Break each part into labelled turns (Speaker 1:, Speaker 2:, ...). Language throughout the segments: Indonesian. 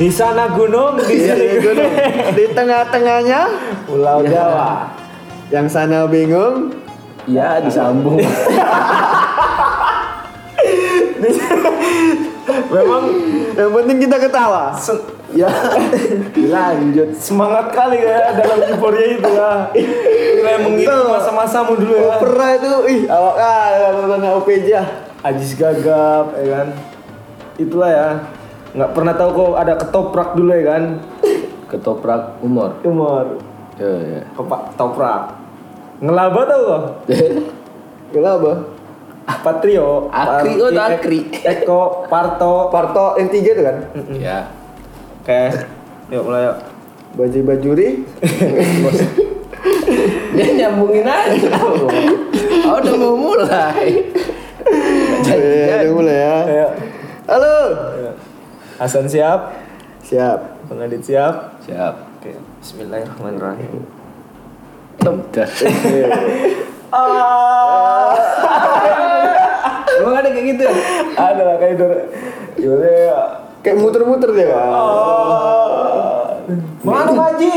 Speaker 1: Di sana gunung, di
Speaker 2: Iya,
Speaker 1: sini
Speaker 2: di gunung. Di tengah-tengahnya
Speaker 1: Pulau
Speaker 3: Iya.
Speaker 1: Jawa.
Speaker 2: yang sana bingung,
Speaker 3: Ya disambung.
Speaker 1: Memang
Speaker 2: yang penting kita ketawa.
Speaker 1: se-
Speaker 3: ya lanjut.
Speaker 1: semangat kali ya dalam euforia itu ya. Kita yang mengingat masa-masamu dulu ya.
Speaker 2: Opera itu, ih, awak ah, nonton OPJ. ah.
Speaker 1: Ajis gagap ya kan. Itulah ya. Nggak pernah tahu kok ada ketoprak dulu ya kan.
Speaker 3: Ketoprak umur.
Speaker 1: Umur.
Speaker 2: Iya,
Speaker 3: Ya, ya.
Speaker 1: Kepak toprak. Ngelaba tau kok.
Speaker 2: Kenapa?
Speaker 1: Patrio.
Speaker 3: Ya. Akri, oh, itu akri.
Speaker 1: Eko, Parto.
Speaker 2: Parto yang tiga itu kan,
Speaker 3: ya.
Speaker 1: Oke. Yuk mulai yuk.
Speaker 2: baju bajuri.
Speaker 3: Dia nyambungin aja. Oh, udah mau mulai.
Speaker 2: Iya, udah mulai ya.
Speaker 1: Ayo.
Speaker 2: Halo.
Speaker 1: Hasan siap.
Speaker 2: Siap.
Speaker 1: Bang Adit siap.
Speaker 3: Siap.
Speaker 1: Oke. Bismillahirrahmanirrahim.
Speaker 3: Bentar.
Speaker 1: Ah. Oh,
Speaker 3: Emang ada kayak
Speaker 1: ya?
Speaker 3: gitu?
Speaker 1: ada lah kayak dor. Gimana ya?
Speaker 2: Kayak muter-muter dia, Pak.
Speaker 3: Oh.
Speaker 1: Mana Pak Haji?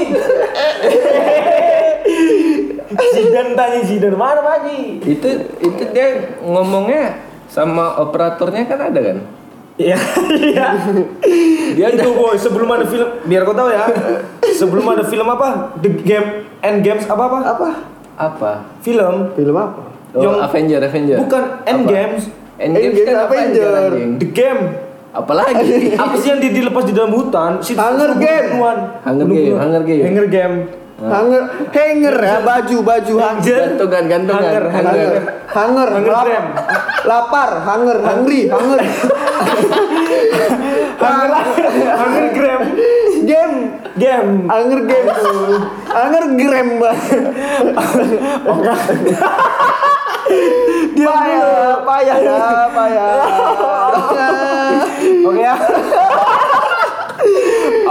Speaker 1: Zidan tanya Zidan, mana Pak Haji?
Speaker 3: Itu itu dia ngomongnya sama operatornya kan ada kan?
Speaker 1: Iya, iya. Dia itu boy, sebelum ada film, biar kau tahu ya. Sebelum ada film apa? The Game End Games apa apa? Apa?
Speaker 3: Apa?
Speaker 1: Film
Speaker 2: Film apa?
Speaker 3: Oh,
Speaker 1: Yang-
Speaker 3: Avenger, Avenger.
Speaker 1: bukan End
Speaker 3: Apa?
Speaker 1: Games,
Speaker 3: Endgame
Speaker 2: Endgame
Speaker 3: kan Avenger.
Speaker 2: Avenger.
Speaker 3: anjing?
Speaker 1: The Game.
Speaker 3: Apalagi?
Speaker 1: Apa sih yang dia dilepas di dalam hutan? Si
Speaker 2: Hunger Game.
Speaker 1: pembunuhan.
Speaker 3: Hunger Game,
Speaker 1: Pembunuhan.
Speaker 3: Hunger Game.
Speaker 1: Hunger Game.
Speaker 2: Hanger, hanger ya, baju baju hanger.
Speaker 3: Gantungan, gantungan.
Speaker 1: Hunger,
Speaker 2: Hanger,
Speaker 1: Hunger.
Speaker 2: hanger,
Speaker 1: Hanger
Speaker 2: lap-
Speaker 1: jam.
Speaker 2: lapar, hanger, hungry, hanger,
Speaker 1: Hunger, Hunger Game.
Speaker 2: game,
Speaker 1: Game.
Speaker 2: hanger game, hanger gram bah. Oh, payah, payah ya, payah.
Speaker 1: Oke ya.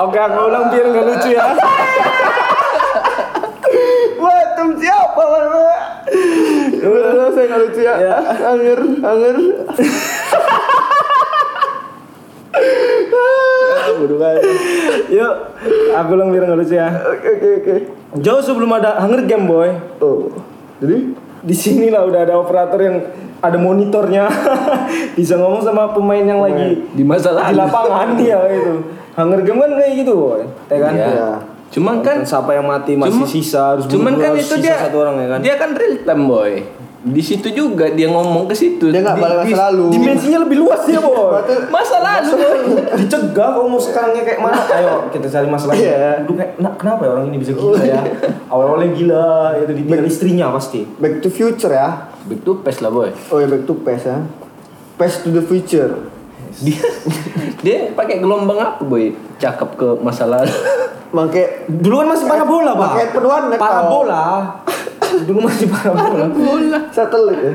Speaker 1: Oke, aku ulang biar nggak lucu ya.
Speaker 2: Wah, tem siapa Wah, Udah, udah, saya nggak lucu ya. Hanger, hanger. Ya,
Speaker 1: Yuk, aku ulang biar nggak lucu ya.
Speaker 2: Oke, oke, oke.
Speaker 1: Jauh sebelum ada Hunger Game boy,
Speaker 2: Oh, jadi
Speaker 1: di sinilah udah ada operator yang ada monitornya bisa ngomong sama pemain yang lagi
Speaker 3: Di masa
Speaker 1: di
Speaker 3: lalu.
Speaker 1: lapangan ya itu. Hunger Game kan kayak gitu boy, ya kan?
Speaker 3: Iya.
Speaker 2: Iya.
Speaker 3: Cuman kan
Speaker 1: Dan siapa yang mati masih
Speaker 3: Cuma-
Speaker 1: sisa harus
Speaker 3: cuman
Speaker 1: bunuh
Speaker 3: kan
Speaker 1: dua,
Speaker 3: itu
Speaker 1: sisa
Speaker 3: dia
Speaker 1: satu orang ya kan.
Speaker 3: Dia kan real time boy. Di situ juga dia ngomong ke situ.
Speaker 2: Dia nggak
Speaker 3: Di-
Speaker 2: balik masa
Speaker 3: di-
Speaker 2: lalu.
Speaker 1: Dimensinya lebih luas dia boy.
Speaker 3: Masa lalu. boy.
Speaker 1: dicegah kalau mau sekarangnya kayak mana ayo kita cari masalah
Speaker 2: Iya.
Speaker 1: Aduh, kayak, nah, kenapa ya orang ini bisa gila ya awal-awalnya gila itu ditinggal istrinya pasti
Speaker 2: Back to Future ya.
Speaker 3: Back to past lah boy.
Speaker 2: Oh ya back to past ya. Past to the future.
Speaker 3: Dia dia pakai gelombang apa boy? Cakep ke masa lalu.
Speaker 2: Make
Speaker 1: dulu kan masih parabola pak
Speaker 2: Pakai pedoan, Nek,
Speaker 1: parabola dulu masih parabola
Speaker 2: satelit ya.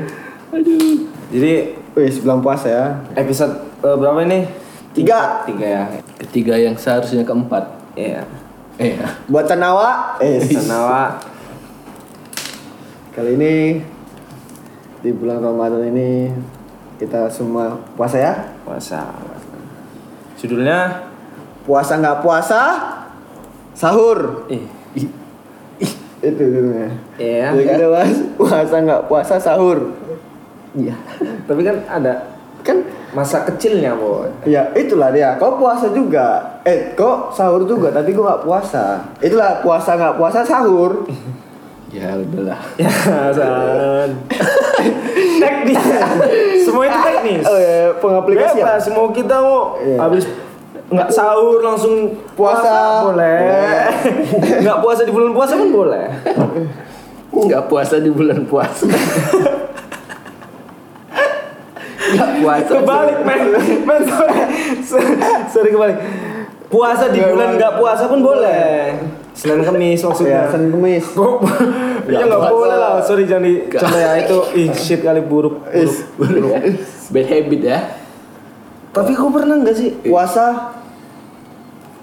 Speaker 1: jadi
Speaker 2: Wih, sebelum puasa ya.
Speaker 1: episode eh, berapa ini
Speaker 2: Tiga.
Speaker 1: tiga ya
Speaker 3: Ketiga yang seharusnya keempat.
Speaker 1: iya
Speaker 3: Eh,
Speaker 2: Buat Tanawa. Eh,
Speaker 1: Tanawa
Speaker 2: kali ini di bulan Ramadan ini kita semua puasa ya.
Speaker 1: puasa judulnya
Speaker 2: Puasa nggak puasa, sahur.
Speaker 1: eh
Speaker 2: Itu judulnya.
Speaker 1: Iya.
Speaker 3: Ya,
Speaker 2: Jadi kita bahas puasa nggak puasa sahur.
Speaker 3: iya.
Speaker 1: tapi kan ada
Speaker 2: Kan
Speaker 1: masa kecilnya boy
Speaker 2: Ya itulah dia. Kau puasa juga. Eh kok sahur juga? Tapi gua nggak puasa. Itulah puasa nggak puasa sahur.
Speaker 3: Ya udahlah.
Speaker 1: ya San teknis iya. semua itu teknis
Speaker 2: Oh ya pengaplikasian.
Speaker 1: Bebas, mau kita mau
Speaker 2: Iya.
Speaker 1: habis nggak sahur langsung puasa, Iya.
Speaker 2: Puasa.
Speaker 1: boleh. nggak puasa di bulan puasa pun boleh.
Speaker 3: Nggak puasa di bulan puasa. Nggak puasa.
Speaker 1: Kebalik men, men sorry, sorry, sorry, kebalik. Puasa di
Speaker 2: Nggak
Speaker 1: bulan
Speaker 2: boleh.
Speaker 1: nggak puasa pun boleh. Iya, Senin Kamis
Speaker 2: Ya
Speaker 1: maksudnya.
Speaker 2: Senin Kamis.
Speaker 1: Kok- Iya nggak
Speaker 3: puasa.
Speaker 1: boleh lah, sorry jangan dicoba ya itu ih shit kali buruk. buruk.
Speaker 3: Buruk ya. Bad habit ya.
Speaker 1: Tapi kau pernah nggak sih?
Speaker 2: Puasa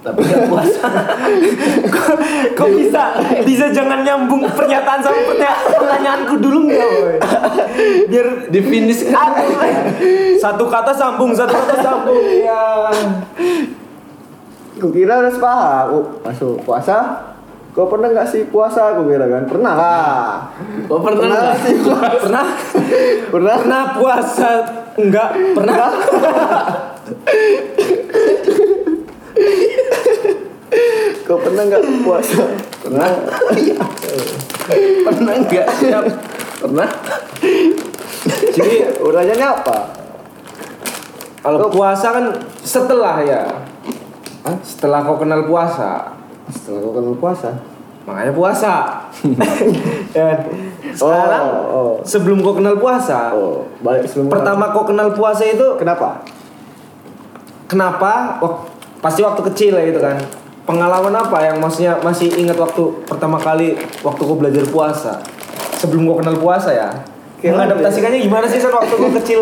Speaker 3: Tapi nggak puasa.
Speaker 1: Kok- Kok bisa? Bisa jangan nyambung pernyataan sama pertanya- pertanyaanku dulu nggak, boy? Biar
Speaker 3: Definisi
Speaker 1: Iya. satu kata sambung, satu kata sambung. Ya.
Speaker 2: Gue kira udah sepaham. Oh, masuk puasa. Kau pernah nggak sih puasa? Gue kira kan pernah lah.
Speaker 3: Oh, pernah nggak?
Speaker 2: sih puasa?
Speaker 1: Pernah?
Speaker 2: Pernah.
Speaker 1: Pernah puasa? Enggak, pernah.
Speaker 2: Kau pernah nggak puasa?
Speaker 3: Pernah? Pernah enggak? Siap. Pernah?
Speaker 2: Jadi urutannya apa?
Speaker 1: Kalau puasa kan setelah ya. Setelah kau kenal puasa,
Speaker 2: Setelah kau kenal puasa.
Speaker 1: makanya puasa. Ya. Sekarang
Speaker 2: Oh, oh.
Speaker 1: sebelum kau kenal puasa,
Speaker 2: Oh, balik sebelum
Speaker 1: pertama kau kenal puasa itu
Speaker 2: Kenapa?
Speaker 1: kenapa? Wak- pasti waktu kecil ya gitu kan. Pengalaman apa yang maksudnya masih ingat waktu pertama kali waktu kau belajar puasa? Sebelum kau kenal puasa ya.
Speaker 2: Kayak
Speaker 1: Mengadaptasikannya gimana sih San, waktu kau kecil?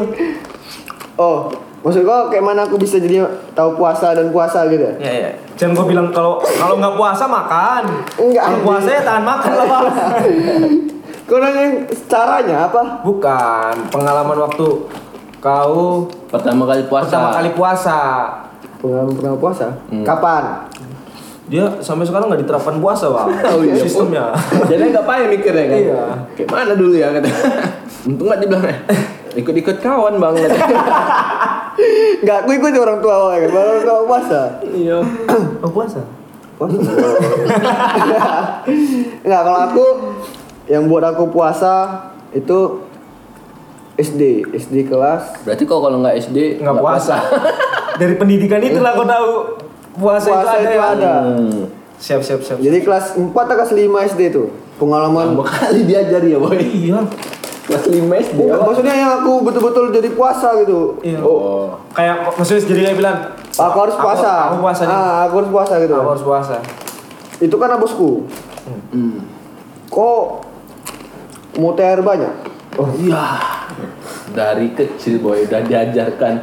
Speaker 2: Oh, maksud kau kayak mana aku bisa jadi tahu puasa dan puasa gitu? ya?
Speaker 3: Iya, iya.
Speaker 1: Jangan kau bilang kalau kalau nggak puasa makan.
Speaker 2: Enggak,
Speaker 1: Kalau
Speaker 2: anjing.
Speaker 1: puasa ya tahan makan lah Bang.
Speaker 2: Kau nanya caranya apa?
Speaker 1: Bukan pengalaman waktu kau
Speaker 3: Pertama kali puasa.
Speaker 1: pertama kali puasa.
Speaker 2: Pengalaman pernah puasa? Kapan?
Speaker 1: Dia sampai sekarang nggak diterapkan puasa bang.
Speaker 3: Oh, iya.
Speaker 1: Sistemnya.
Speaker 3: Jadi enggak payah mikirnya kan.
Speaker 1: Iya.
Speaker 3: Kayak mana dulu ya kata. Untung enggak dibilang. eh, Ikut-ikut kawan Bang kata.
Speaker 2: Enggak, aku ikut orang tua awal kan, baru orang tua puasa.
Speaker 1: Iya. Oh, puasa.
Speaker 2: Puasa. Enggak, kalau aku yang buat aku puasa itu SD, SD kelas
Speaker 3: Berarti kok kalau enggak SD
Speaker 1: Nggak puasa. Dari pendidikan itulah kau tahu puasa,
Speaker 2: puasa
Speaker 1: itu ada.
Speaker 2: itu
Speaker 1: ya.
Speaker 2: ada.
Speaker 3: Hmm.
Speaker 1: Siap siap siap.
Speaker 2: Jadi kelas 4 atau kelas 5 SD tuh pengalaman
Speaker 3: Berapa kali diajari ya, Boy?
Speaker 1: Iya.
Speaker 3: Kelas 5 SD.
Speaker 2: Bukan, maksudnya yang aku betul-betul jadi puasa gitu.
Speaker 1: Iya.
Speaker 3: Oh.
Speaker 1: Kayak maksudnya jadi kayak bilang.
Speaker 2: Aku harus puasa.
Speaker 1: Aku, aku puasa nih.
Speaker 2: Ah, aku harus puasa gitu.
Speaker 1: Aku harus puasa.
Speaker 2: Itu karena bosku.
Speaker 3: Hmm.
Speaker 2: Kok mau THR banyak?
Speaker 3: Oh iya. Dari kecil boy udah diajarkan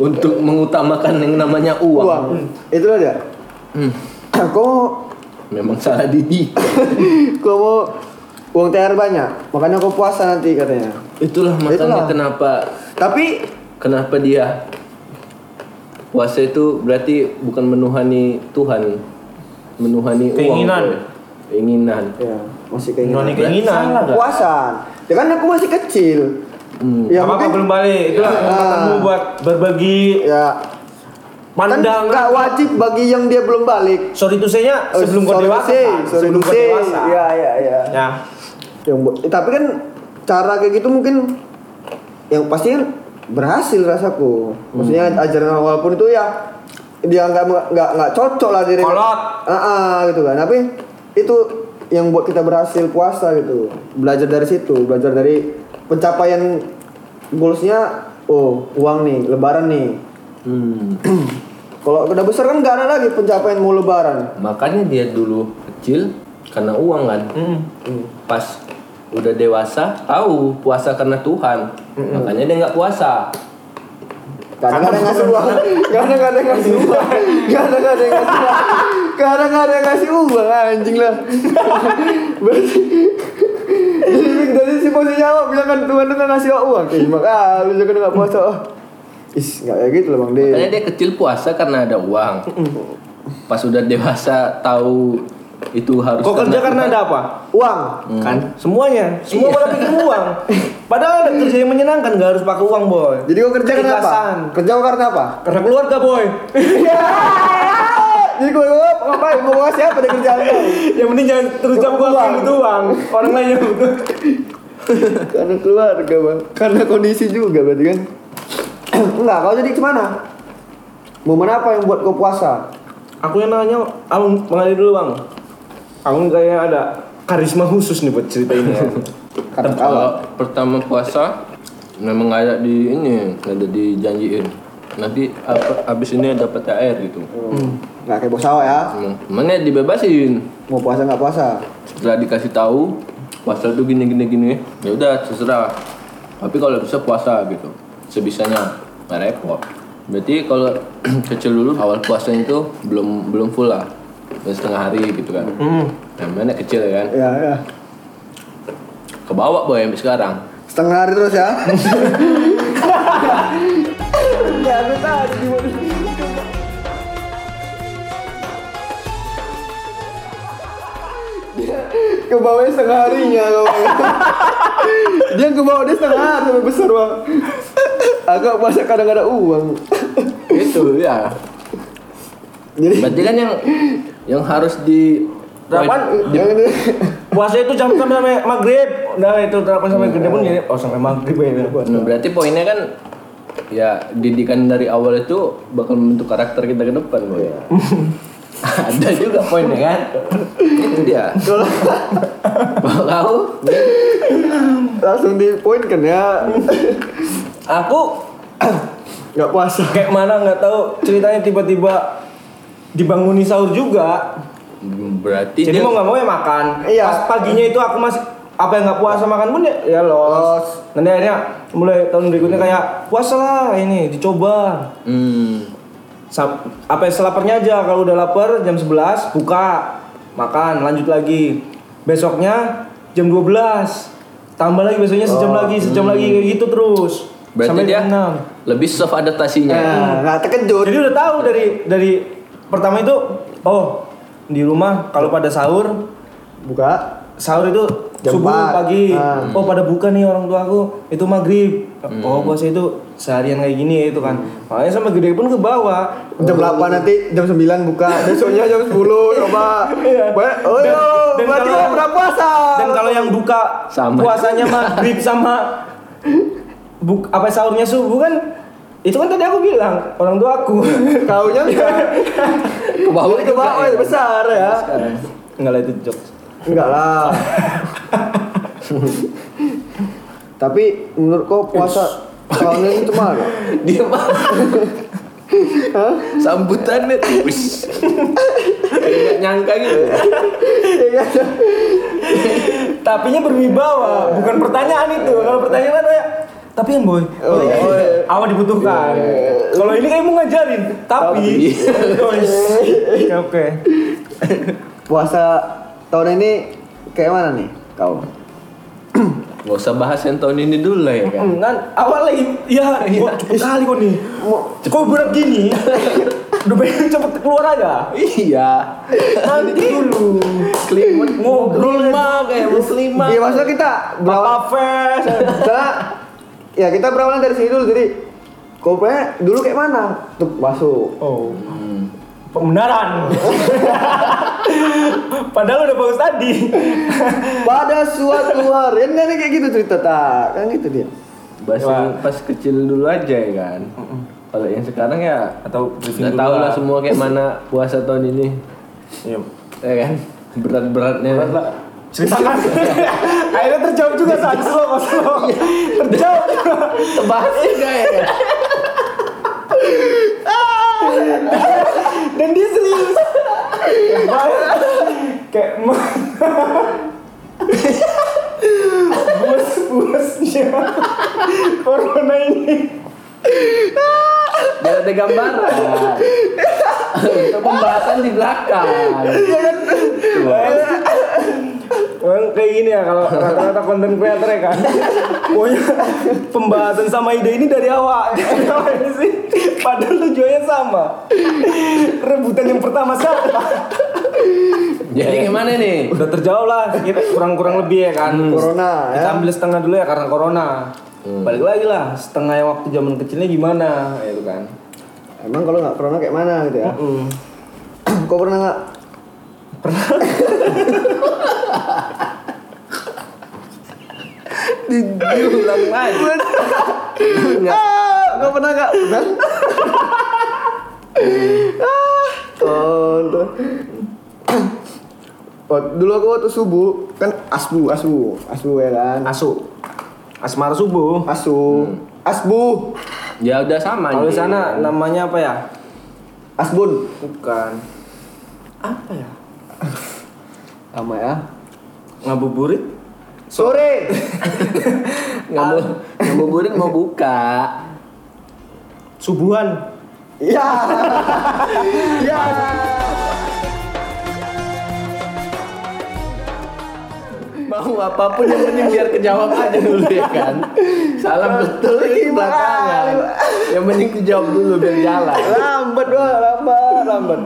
Speaker 3: untuk mengutamakan yang namanya uang.
Speaker 2: Uang. Itulah dia.
Speaker 3: Hmm.
Speaker 2: Aku
Speaker 3: Memang salah didik.
Speaker 2: Gua mau uang THR banyak, makanya aku puasa nanti katanya.
Speaker 3: Itulah makanya
Speaker 2: Itulah.
Speaker 3: kenapa
Speaker 2: Tapi
Speaker 3: kenapa dia puasa itu berarti bukan menuhani Tuhan, menuhani uang,
Speaker 1: Keinginan.
Speaker 3: boy. Keinginan.
Speaker 2: ya masih
Speaker 1: Noni
Speaker 2: keinginan.
Speaker 3: Salah,
Speaker 1: keinginan.
Speaker 3: Kak.
Speaker 2: Puasa. Ya kan aku masih kecil.
Speaker 3: Hmm.
Speaker 1: Ya, apa belum balik. Itu
Speaker 2: Ya.
Speaker 1: kesempatanmu buat berbagi
Speaker 2: Ya.
Speaker 1: pandang.
Speaker 2: kan gak wajib bagi yang dia belum balik.
Speaker 1: sorry to say-nya
Speaker 2: Eh,
Speaker 1: sebelum kau
Speaker 2: sorry to
Speaker 1: dewasa.
Speaker 2: say,
Speaker 1: Pak.
Speaker 2: sorry
Speaker 1: sebelum
Speaker 2: to
Speaker 1: kau
Speaker 2: say.
Speaker 1: dewasa. Ya.
Speaker 2: Ya, ya, ya. Yang bu- eh, tapi kan cara kayak gitu mungkin yang pasti kan berhasil rasaku. Maksudnya ajaran walaupun itu ya dia nggak nggak nggak cocok lah diri.
Speaker 1: Kolot.
Speaker 2: Ah, ah, gitu kan. Tapi itu yang buat kita berhasil puasa gitu. Belajar dari situ, belajar dari pencapaian goalsnya. Oh, uang nih, lebaran nih.
Speaker 3: Hmm.
Speaker 2: Kalau udah besar kan nggak ada lagi pencapaian mau lebaran.
Speaker 3: Makanya dia dulu kecil karena uang kan.
Speaker 1: Mm.
Speaker 3: Pas udah dewasa tahu puasa karena Tuhan. Makanya dia nggak puasa.
Speaker 2: Kadang ada yang ngasih uang, kadang ada yang ngasih uang, kadang ada yang ngasih uang, kadang ada yang ngasih uang anjing lah. Berarti jadi dari si posisi jawab bilang kan Tuhan tuh nggak ngasih uang, kayak mak ah lu jangan nggak puasa. Oh. Is nggak kayak gitu lah bang De.
Speaker 3: Makanya dia kecil puasa karena ada uang. Pas udah dewasa tahu itu harus
Speaker 1: Kau kerja karena ada apa?
Speaker 2: Uang.
Speaker 1: Kan semuanya, semua
Speaker 2: Iya.
Speaker 1: pada pikir uang. Padahal ada kerja yang menyenangkan, gak harus pakai uang boy.
Speaker 2: Jadi kau kerja karena apa?
Speaker 1: Keikhlasan.
Speaker 2: Kerja kau karena apa?
Speaker 1: Karena keluarga boy.
Speaker 2: Jadi gue jawab ngapain? Mau gua siapa ada kerjaan kau?
Speaker 1: yang penting jangan terus jam gua
Speaker 2: Uang.
Speaker 1: aku butuh uang. Orang lain yang butuh.
Speaker 2: Karena keluarga bang, karena kondisi juga berarti kan. Enggak, kau jadi kemana? Momen apa yang buat kau puasa?
Speaker 1: Aku yang nanya, abang mengalir dulu bang. Abang kayak ada karisma khusus nih buat cerita ini. ya.
Speaker 2: Karena kalah.
Speaker 3: Kalau pertama puasa memang nggak ada di ini, nggak ada dijanjiin. Nanti apa, abis ini dapat THR gitu.
Speaker 2: Nggak Hmm. kayak bos awal ya.
Speaker 3: Emang- Mana dibebasin
Speaker 2: Mau puasa nggak puasa.
Speaker 3: setelah dikasih tahu puasa tuh gini gini gini. Ya udah terserah. Tapi kalau bisa puasa gitu, sebisanya nggak repot. Berarti kalau kecil dulu awal puasanya itu belum belum full lah, Belum setengah hari gitu kan.
Speaker 1: Hmm.
Speaker 3: Nah, mana kecil ya kan,
Speaker 2: Ya, ya.
Speaker 3: kebawa boy sampai sekarang.
Speaker 2: Setengah hari terus ya. ya, aku tahu. ke bawah setengah harinya kalau dia ke bawah dia setengah hari sampai besar bang agak masa kadang-kadang uang
Speaker 3: Itu ya.
Speaker 2: jadi
Speaker 3: Berarti kan yang yang harus di
Speaker 1: Terapan,
Speaker 2: yang ini
Speaker 1: puasa itu jam kan sampai maghrib nah itu terapan sampai gede pun jadi oh sampai maghrib ya
Speaker 3: Nah, berarti poinnya kan ya didikan dari awal itu bakal membentuk karakter kita ke depan, Boy. Ada juga poinnya kan. itu dia. Kalau
Speaker 2: langsung di poin kan ya
Speaker 1: aku
Speaker 2: nggak puasa
Speaker 1: kayak mana nggak tahu ceritanya tiba-tiba dibanguni sahur juga
Speaker 3: berarti
Speaker 1: jadi
Speaker 3: dia
Speaker 1: mau nggak mau ya makan
Speaker 2: Iya.
Speaker 1: pas paginya itu aku masih apa yang nggak puasa makan pun ya, ya
Speaker 2: Los.
Speaker 1: los nanti akhirnya mulai tahun berikutnya kayak puasa lah ini dicoba
Speaker 3: Hmm.
Speaker 1: Sam- apa ya, selaparnya aja kalau udah lapar jam 11 buka makan lanjut lagi besoknya jam 12 tambah lagi besoknya sejam lagi sejam lagi kayak gitu terus
Speaker 3: Berarti
Speaker 1: sampai
Speaker 3: dia
Speaker 1: jam enam.
Speaker 3: lebih soft adaptasinya.
Speaker 2: nah nggak terkejut
Speaker 1: jadi udah tahu dari dari pertama itu oh di rumah kalau pada sahur
Speaker 2: buka
Speaker 1: sahur itu
Speaker 2: Jam
Speaker 1: subuh
Speaker 2: empat.
Speaker 1: pagi
Speaker 2: Ah.
Speaker 1: oh pada buka nih orang tua aku itu maghrib oh puasa itu seharian kayak gini ya itu kan makanya sama gede pun ke bawah
Speaker 2: jam 8 nanti jam 9 buka besoknya jam 10 coba Ba- oh yo
Speaker 1: Iya. dan
Speaker 2: berarti
Speaker 1: kalau-
Speaker 2: udah pernah puasa
Speaker 1: dan kalau yang buka
Speaker 3: Sama.
Speaker 1: puasanya maghrib sama buk apa sahurnya subuh kan itu kan tadi aku bilang orang tua aku
Speaker 2: kaunya
Speaker 1: Iya.
Speaker 2: enggak
Speaker 3: Ke bawah
Speaker 2: jadi ke bawah
Speaker 3: juga ya.
Speaker 2: besar ya
Speaker 1: enggak lah itu jokes
Speaker 2: enggak lah tapi menurut kau puasa tahun ini cuma nggak?
Speaker 3: Dia mah sambutannya tipis. Nggak nyangka gitu.
Speaker 2: Ya kan?
Speaker 1: tapinya berwibawa bukan pertanyaan itu kalau pertanyaan kan kayak tapi yang boy
Speaker 2: Oh, iya.
Speaker 1: awal dibutuhkan kalau ini kayak mau ngajarin Iya, tapi Oke, oke
Speaker 2: puasa tahun ini kayak mana nih kau
Speaker 3: Gak usah bahas yang tahun ini dulu lah ya kan.
Speaker 1: Hmm, kan awal lagi ya kok cepet kali kok nih kok berat gini udah pengen cepet keluar aja
Speaker 3: Iya.
Speaker 1: nanti dulu
Speaker 3: Klimut
Speaker 1: ngobrol
Speaker 3: mah kayak muslimah.
Speaker 2: Iya maksudnya kita berawal
Speaker 1: Bapak Fest
Speaker 2: Karena ya kita berawalan dari sini dulu jadi kopnya dulu kayak mana tuh masuk
Speaker 1: oh pembenaran padahal udah bagus tadi
Speaker 2: pada suatu hari kan kayak gitu cerita tak kan gitu dia
Speaker 3: Bahas yang pas kecil dulu aja ya kan. Kalau yang sekarang ya
Speaker 1: atau briefing
Speaker 3: nggak
Speaker 1: dulu
Speaker 3: tahu lah semua kayak mana puasa tahun ini,
Speaker 1: Iya.
Speaker 3: ya kan? Berat-beratnya.
Speaker 1: Berat lah. ceritakan akhirnya terjawab juga saat slow mas Slow. terjawab juga.
Speaker 3: Bahas juga ya kan.
Speaker 1: dan dia serius Baik. kayak ma- bus busnya corona ini
Speaker 3: Biar ada gambaran. Untuk pembahasan di belakang.
Speaker 1: Iya. Emang kayak gini ya kalau rata-rata konten creator ya kan Pokoknya pembahasan sama ide ini dari awal Kenapa sih? Padahal tujuannya sama Rebutan yang pertama sama
Speaker 3: Jadi gimana nih?
Speaker 1: Udah terjauh lah kita kurang-kurang lebih ya kan
Speaker 2: corona
Speaker 1: Kita
Speaker 2: ya
Speaker 1: ambil setengah dulu ya karena corona Balik lagi lah setengah yang waktu zaman kecilnya gimana ya itu kan
Speaker 2: emang kalau nggak corona kayak mana gitu ya
Speaker 1: Mm.
Speaker 2: kau pernah nggak
Speaker 3: Diulang lagi.
Speaker 2: ah kau pernah nggak pernah Ah, tonton. Wak- Oh, dulu aku waktu subuh kan asbu asbu asbu ya kan
Speaker 1: Asu Asmara subuh
Speaker 2: asu
Speaker 1: Hmm.
Speaker 2: asbu
Speaker 3: Ya udah sama.
Speaker 1: Kalau di
Speaker 3: Ji.
Speaker 1: sana namanya apa ya?
Speaker 2: asbun
Speaker 1: Bukan Apa ya?
Speaker 2: sama ya
Speaker 1: Ngabuburit?
Speaker 2: sore
Speaker 3: nggak
Speaker 1: Ah,
Speaker 3: mau nggak mau gurin mau buka.
Speaker 1: Subuhan
Speaker 2: ya ya
Speaker 3: Mau apapun yang penting biar kejawab aja dulu ya kan. Salam betul itu
Speaker 2: Gimana?
Speaker 3: belakangan. Yang penting kejawab dulu biar jalan.
Speaker 2: lambat doang lambat lambat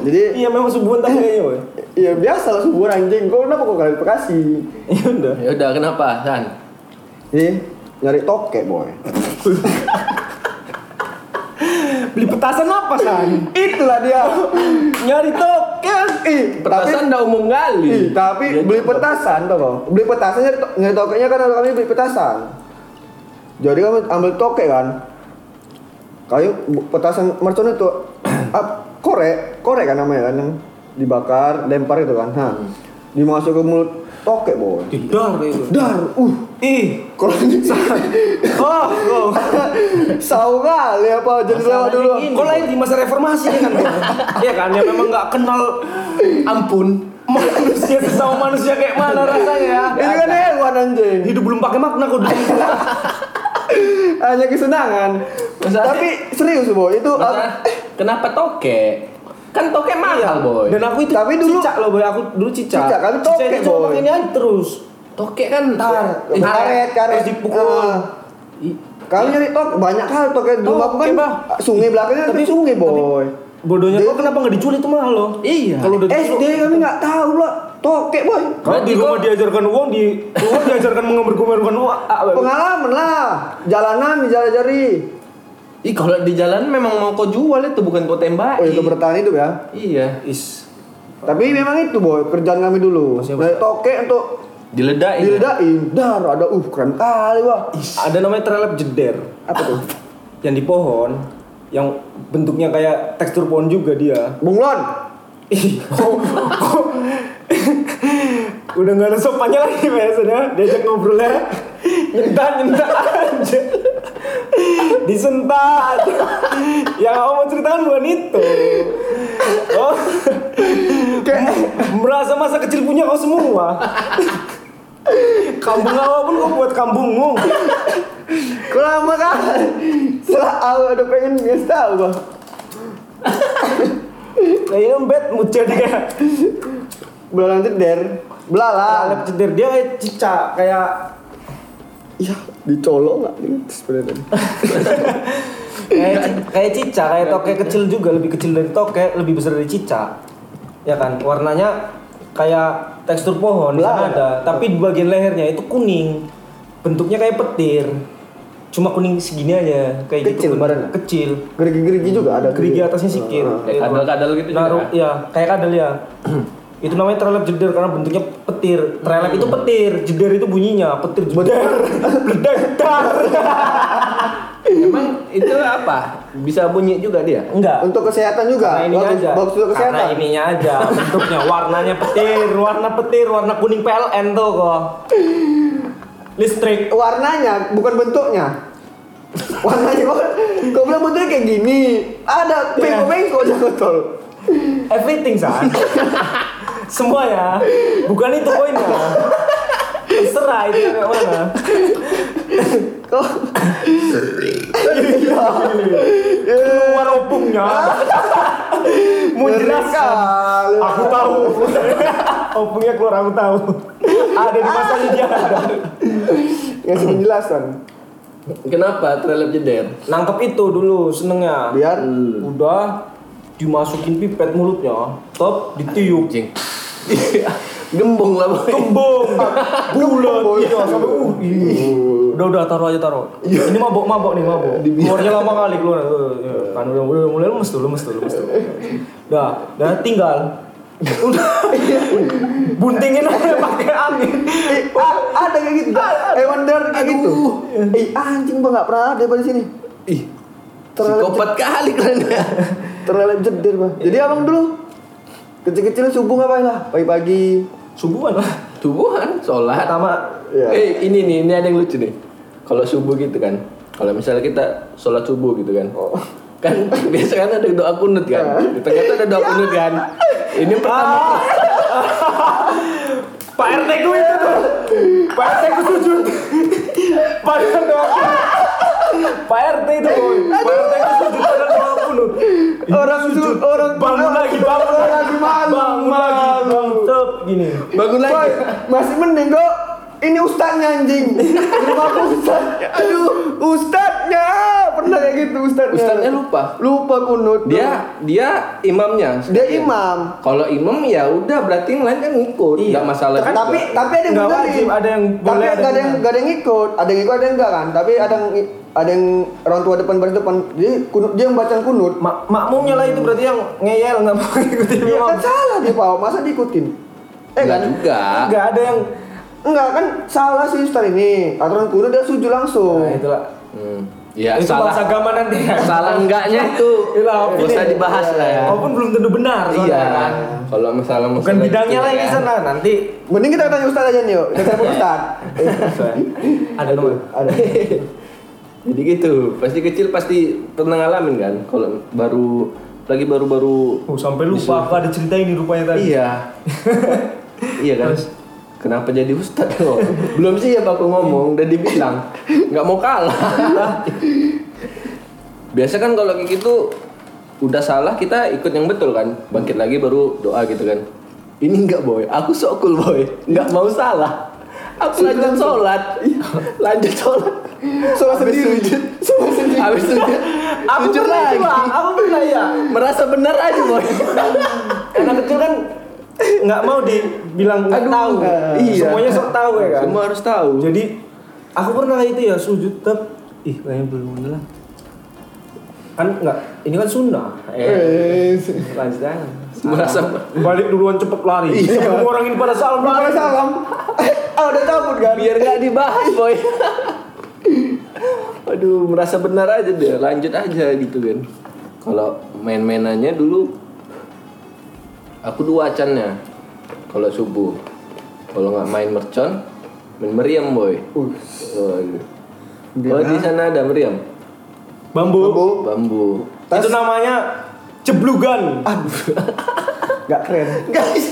Speaker 2: jadi
Speaker 1: Iya memang subuhan tapi kayaknya woy.
Speaker 2: Iya biasa lah subur anjing. Gue kenapa kok kalian Bekasi?
Speaker 1: Ya udah.
Speaker 3: Ya udah kenapa, San?
Speaker 2: Ih, nyari toke boy.
Speaker 1: Beli petasan apa, San?
Speaker 2: Itulah dia.
Speaker 1: Nyari toke.
Speaker 2: Ih, tapi
Speaker 3: Petasan udah umum
Speaker 2: Ih,
Speaker 3: kali.
Speaker 2: Iya, tapi
Speaker 3: Ya,
Speaker 2: beli
Speaker 3: coba.
Speaker 2: petasan tuh kok. Beli petasan nyari, to- nyari tokeknya kan kalau kami beli petasan. Jadi kami ambil tokek kan. Kayu bu- petasan mercon itu ap, korek, korek kan namanya kan yang dibakar, lempar gitu kan. Nah, dimasuk ke mulut tokek boy.
Speaker 1: Tidar itu.
Speaker 2: Dar, uh,
Speaker 1: eh, Ih.
Speaker 2: kalau
Speaker 1: Oh, oh.
Speaker 2: saung kali apa jadi lewat dulu.
Speaker 1: Kok lain di masa reformasi ya kan? Iya kan, yang memang nggak kenal ampun manusia sesama manusia kayak mana rasanya ya.
Speaker 2: Ini kan hewan anjing.
Speaker 1: Hidup belum pakai makna kok dulu.
Speaker 2: Hanya kesenangan.
Speaker 3: Masalahnya-
Speaker 2: Tapi serius, Boy, itu
Speaker 3: Masalah, kenapa toke? Kan toke
Speaker 2: Iya.
Speaker 3: mahal, boy.
Speaker 1: Dan aku itu
Speaker 2: Tapi dulu-
Speaker 1: cicak loh, boy. Aku dulu cicak.
Speaker 2: Cicak, kan tokek,
Speaker 1: itu cuma
Speaker 2: boy.
Speaker 1: pakai ini aja terus.
Speaker 3: Toke kan
Speaker 2: Tar,
Speaker 3: Eh,
Speaker 2: karet, karet Ah.
Speaker 1: terus dipukul.
Speaker 3: i-
Speaker 2: Kali nyari tok banyak hal tok kayak dulu
Speaker 1: Tok,
Speaker 2: aku kan
Speaker 1: iya, Bah.
Speaker 2: sungai belakangnya
Speaker 1: Tapi-
Speaker 2: tapi sungai boy.
Speaker 1: Bodohnya kok kenapa nggak diculik itu mahal loh.
Speaker 3: Iya.
Speaker 1: Kalau udah
Speaker 2: SD kami nggak tahu lah tokek boy.
Speaker 1: Kalau di
Speaker 3: Berarti
Speaker 1: rumah
Speaker 3: kok-
Speaker 1: diajarkan uang, di rumah diajarkan mengembar-gembarkan uang. Ah, boy.
Speaker 2: Pengalaman lah jalanan di jari-jari.
Speaker 3: Ih, kalau di jalan memang mau kau jual itu bukan kau tembak.
Speaker 2: Oh itu bertahan hidup ya.
Speaker 3: Iya.
Speaker 1: Is.
Speaker 2: Tapi memang itu boy kerjaan kami dulu.
Speaker 1: Masih apa?
Speaker 2: Dari tokek untuk
Speaker 3: Diledakin.
Speaker 2: diledakin dar ada uh keren kali wah.
Speaker 1: Ada namanya terlelap jeder
Speaker 2: Apa tuh?
Speaker 1: yang di pohon yang bentuknya kayak tekstur pohon juga dia.
Speaker 2: Bunglon.
Speaker 1: Ih, kok, kok- udah nggak ada sopannya lagi biasanya diajak ngobrolnya nyentak nyentak aja disentak aja yang aku mau ceritakan bukan itu oh
Speaker 2: Kayak
Speaker 1: merasa masa kecil punya kau semua kampung awal pun kau buat kampungmu
Speaker 2: kelama kan. Setelah aku ada pengen ngasih tahu bah.
Speaker 1: kayaknya bad mood jadi kayak
Speaker 2: Belalang ceder. Belalang.
Speaker 1: alep ceder dia kayak cicak kayak
Speaker 2: Iya dicolok nggak itu sebenarnya.
Speaker 1: kayak ci- kayak cicak kayak tokek kecil juga lebih kecil dari tokek lebih besar dari cicak ya kan warnanya kayak tekstur pohon di sana
Speaker 2: Belah.
Speaker 1: ada tapi di bagian lehernya itu kuning bentuknya kayak petir cuma kuning segini aja kayak
Speaker 2: Kecil
Speaker 1: gitu kuning.
Speaker 2: badannya?
Speaker 1: kecil
Speaker 2: Gerigi-gerigi juga ada. Ah,
Speaker 1: gerigi
Speaker 2: juga.
Speaker 1: atasnya sikit
Speaker 2: Heeh.
Speaker 3: Kayak kadal-kadal gitu juga
Speaker 1: naruh
Speaker 3: ada.
Speaker 1: ya kayak kadal ya itu namanya trelep jeder karena bentuknya petir trelep itu petir jeder itu bunyinya petir jeder
Speaker 3: Emang itu apa? Bisa bunyi juga dia.
Speaker 1: enggak
Speaker 2: ah. Untuk kesehatan juga.
Speaker 1: Karena ini
Speaker 2: bagus,
Speaker 1: Nah, aja.
Speaker 2: bagus untuk kesehatan.
Speaker 1: Karena ininya aja bentuknya warnanya petir, warna petir, warna kuning PLN tuh kok. Listrik.
Speaker 2: Warnanya bukan bentuknya. Warnanya kok kok bilang bentuknya kayak gini.
Speaker 1: Iya.
Speaker 2: Ada bengkok-bengkok aja kotor.
Speaker 1: Everything san. Semuanya. Bukan itu poinnya. Terserah itu kayak mana.
Speaker 2: Kok
Speaker 1: Iya. Keluar opungnya. Mau Ah. jelaskan. Aku tahu. opungnya keluar aku tahu. Ada di masanya dia ada.
Speaker 2: ngasih penjelasan.
Speaker 3: Kenapa terlelap jeder?
Speaker 1: Nangkep itu dulu senengnya.
Speaker 2: Biar
Speaker 1: udah dimasukin pipet mulutnya top ditiup
Speaker 3: Jeng. Gembung lah boy.
Speaker 1: kembung bulat
Speaker 2: Kembung,
Speaker 1: iya
Speaker 2: iya.
Speaker 1: sampai uh, iya. udah udah taruh aja taruh ini mabok mabok nih mabok keluarnya lama kali keluar Eh, iya. kan udah udah mulai lemes tuh lemes tuh lemes tuh dah dah tinggal udah buntingin aja pakai angin
Speaker 2: Eh, a- ada kayak gitu.
Speaker 1: Ah,
Speaker 2: Eh wonder kayak gitu. Eh anjing bang nggak pernah ada di sini.
Speaker 3: Ih.
Speaker 2: Terlelap
Speaker 3: Psikopat kali kalian ya.
Speaker 2: Terlalu jeder bang. Jadi abang dulu kecil-kecil subuh ngapain lah? Pagi-pagi.
Speaker 1: subuhan lah
Speaker 3: Subuhan, sholat.
Speaker 1: pertama
Speaker 2: Iya.
Speaker 3: Eh ini nih, ini ada yang lucu nih. Kalau subuh gitu kan, kalau misalnya kita sholat subuh gitu kan,
Speaker 2: Oh.
Speaker 3: kan biasa kan ada doa kunut kan.
Speaker 2: Iya.
Speaker 3: Di tengah tuh ada doa kunut kan. Ini
Speaker 2: Ah,
Speaker 3: pertama.
Speaker 1: Pak RT ku itu tuh. Pak RT ku sujud. Pak RT doakan. Pak RT itu boy. Pak RT ku sujud pada doa kunut.
Speaker 2: Orang sujud, orang
Speaker 1: Bangun lagi, bangun lagi,
Speaker 2: malu,
Speaker 1: bangun lagi,
Speaker 2: malu.
Speaker 1: Tep, gini.
Speaker 3: Bangun
Speaker 2: Boy,
Speaker 3: lagi.
Speaker 2: masih mending kok. Ini ustadznya anjing. Rumah aku ustad. Aduh, ustadznya. pernah kayak gitu ustaznya.
Speaker 3: Ustaznya lupa.
Speaker 2: Lupa kunut.
Speaker 3: Dia dia imamnya.
Speaker 2: dia imam.
Speaker 3: Kalau imam ya udah berarti yang lain kan ngikut,
Speaker 1: Iya.
Speaker 3: nggak masalah.
Speaker 1: Kan
Speaker 3: juga.
Speaker 2: tapi tapi ada yang
Speaker 1: Nggak
Speaker 2: benerin.
Speaker 1: wajib, ada yang
Speaker 2: tapi
Speaker 1: boleh, ada
Speaker 2: nggak
Speaker 1: yang
Speaker 2: ada yang nggak ada yang ikut ada yang ikut ada yang enggak kan tapi ada yang ada yang orang tua depan baris depan dia kunut dia yang bacaan kunut
Speaker 1: Ma- makmumnya lah itu berarti yang ngeyel nggak mau ngikutin
Speaker 2: dia
Speaker 1: imam.
Speaker 2: kan salah dia pak masa diikutin eh
Speaker 3: Nggak
Speaker 2: kan
Speaker 3: juga.
Speaker 1: Nggak ada yang
Speaker 2: enggak kan salah sih Ustaz ini aturan kunut dia sujud langsung
Speaker 1: Nah, itulah.
Speaker 3: Hmm. Ya
Speaker 1: itu
Speaker 3: salah.
Speaker 1: bahasa agama nanti. ya.
Speaker 3: Salah enggaknya itu
Speaker 1: Iya, apa
Speaker 3: nggak usah
Speaker 1: ini?
Speaker 3: dibahas lah ya.
Speaker 1: Walaupun belum tentu benar soalnya
Speaker 3: Iya.
Speaker 1: kan.
Speaker 3: Kalau masalah masalah gitu kan.
Speaker 1: Bukan bidangnya lah ini sana nanti
Speaker 2: mending kita tanya Ustaz aja nih yuk kita telepon Ustaz
Speaker 3: Iya.
Speaker 2: Eh,
Speaker 1: ada nomor.
Speaker 2: ada
Speaker 3: Jadi gitu, pasti kecil pasti pernah ngalamin kan kalau baru lagi baru-baru
Speaker 1: Oh, sampai lupa aku ada cerita ini rupanya tadi.
Speaker 3: iya. iya kan? Kenapa jadi ustad kok? Belum sih ya aku ngomong udah dibilang nggak mau kalah. Biasa kan kalau kayak gitu udah salah kita ikut yang betul kan bangkit lagi baru doa gitu kan ini nggak boy aku sok cool boy nggak mau salah aku lanjut sholat Iya, lanjut sholat
Speaker 2: Sholat sendiri.
Speaker 3: sujud sholat sendiri habis sujud
Speaker 1: Aku
Speaker 3: sujud
Speaker 1: pernah
Speaker 3: lagi
Speaker 1: itu lah, aku pernah ya.
Speaker 3: merasa benar aja boy
Speaker 1: Anak kecil kan nggak mau dibilang nggak
Speaker 3: Aduh,
Speaker 1: tahu.
Speaker 3: iya.
Speaker 1: Semuanya sok tahu ya kan.
Speaker 3: semua harus tahu
Speaker 1: Jadi aku pernah kayak itu ya sujud tep. Ih, kayaknya belum bener lah. Kan nggak, ini kan sunnah. Eh, lanjut aja.
Speaker 3: merasa
Speaker 1: Balik duluan cepet lari. Semua orang ini pada salam
Speaker 2: Belum ada
Speaker 1: lari.
Speaker 2: salam ah udah cabut kan
Speaker 3: biar nggak dibahas boy aduh merasa benar aja deh lanjut aja gitu kan kalau main-mainannya dulu aku dua acannya kalau subuh kalau nggak main mercon main meriam boy Waduh. kalau di sana ada meriam
Speaker 1: Bambu.
Speaker 2: Bu,
Speaker 3: bambu
Speaker 1: Itu namanya jeblugan.
Speaker 2: nggak keren
Speaker 3: guys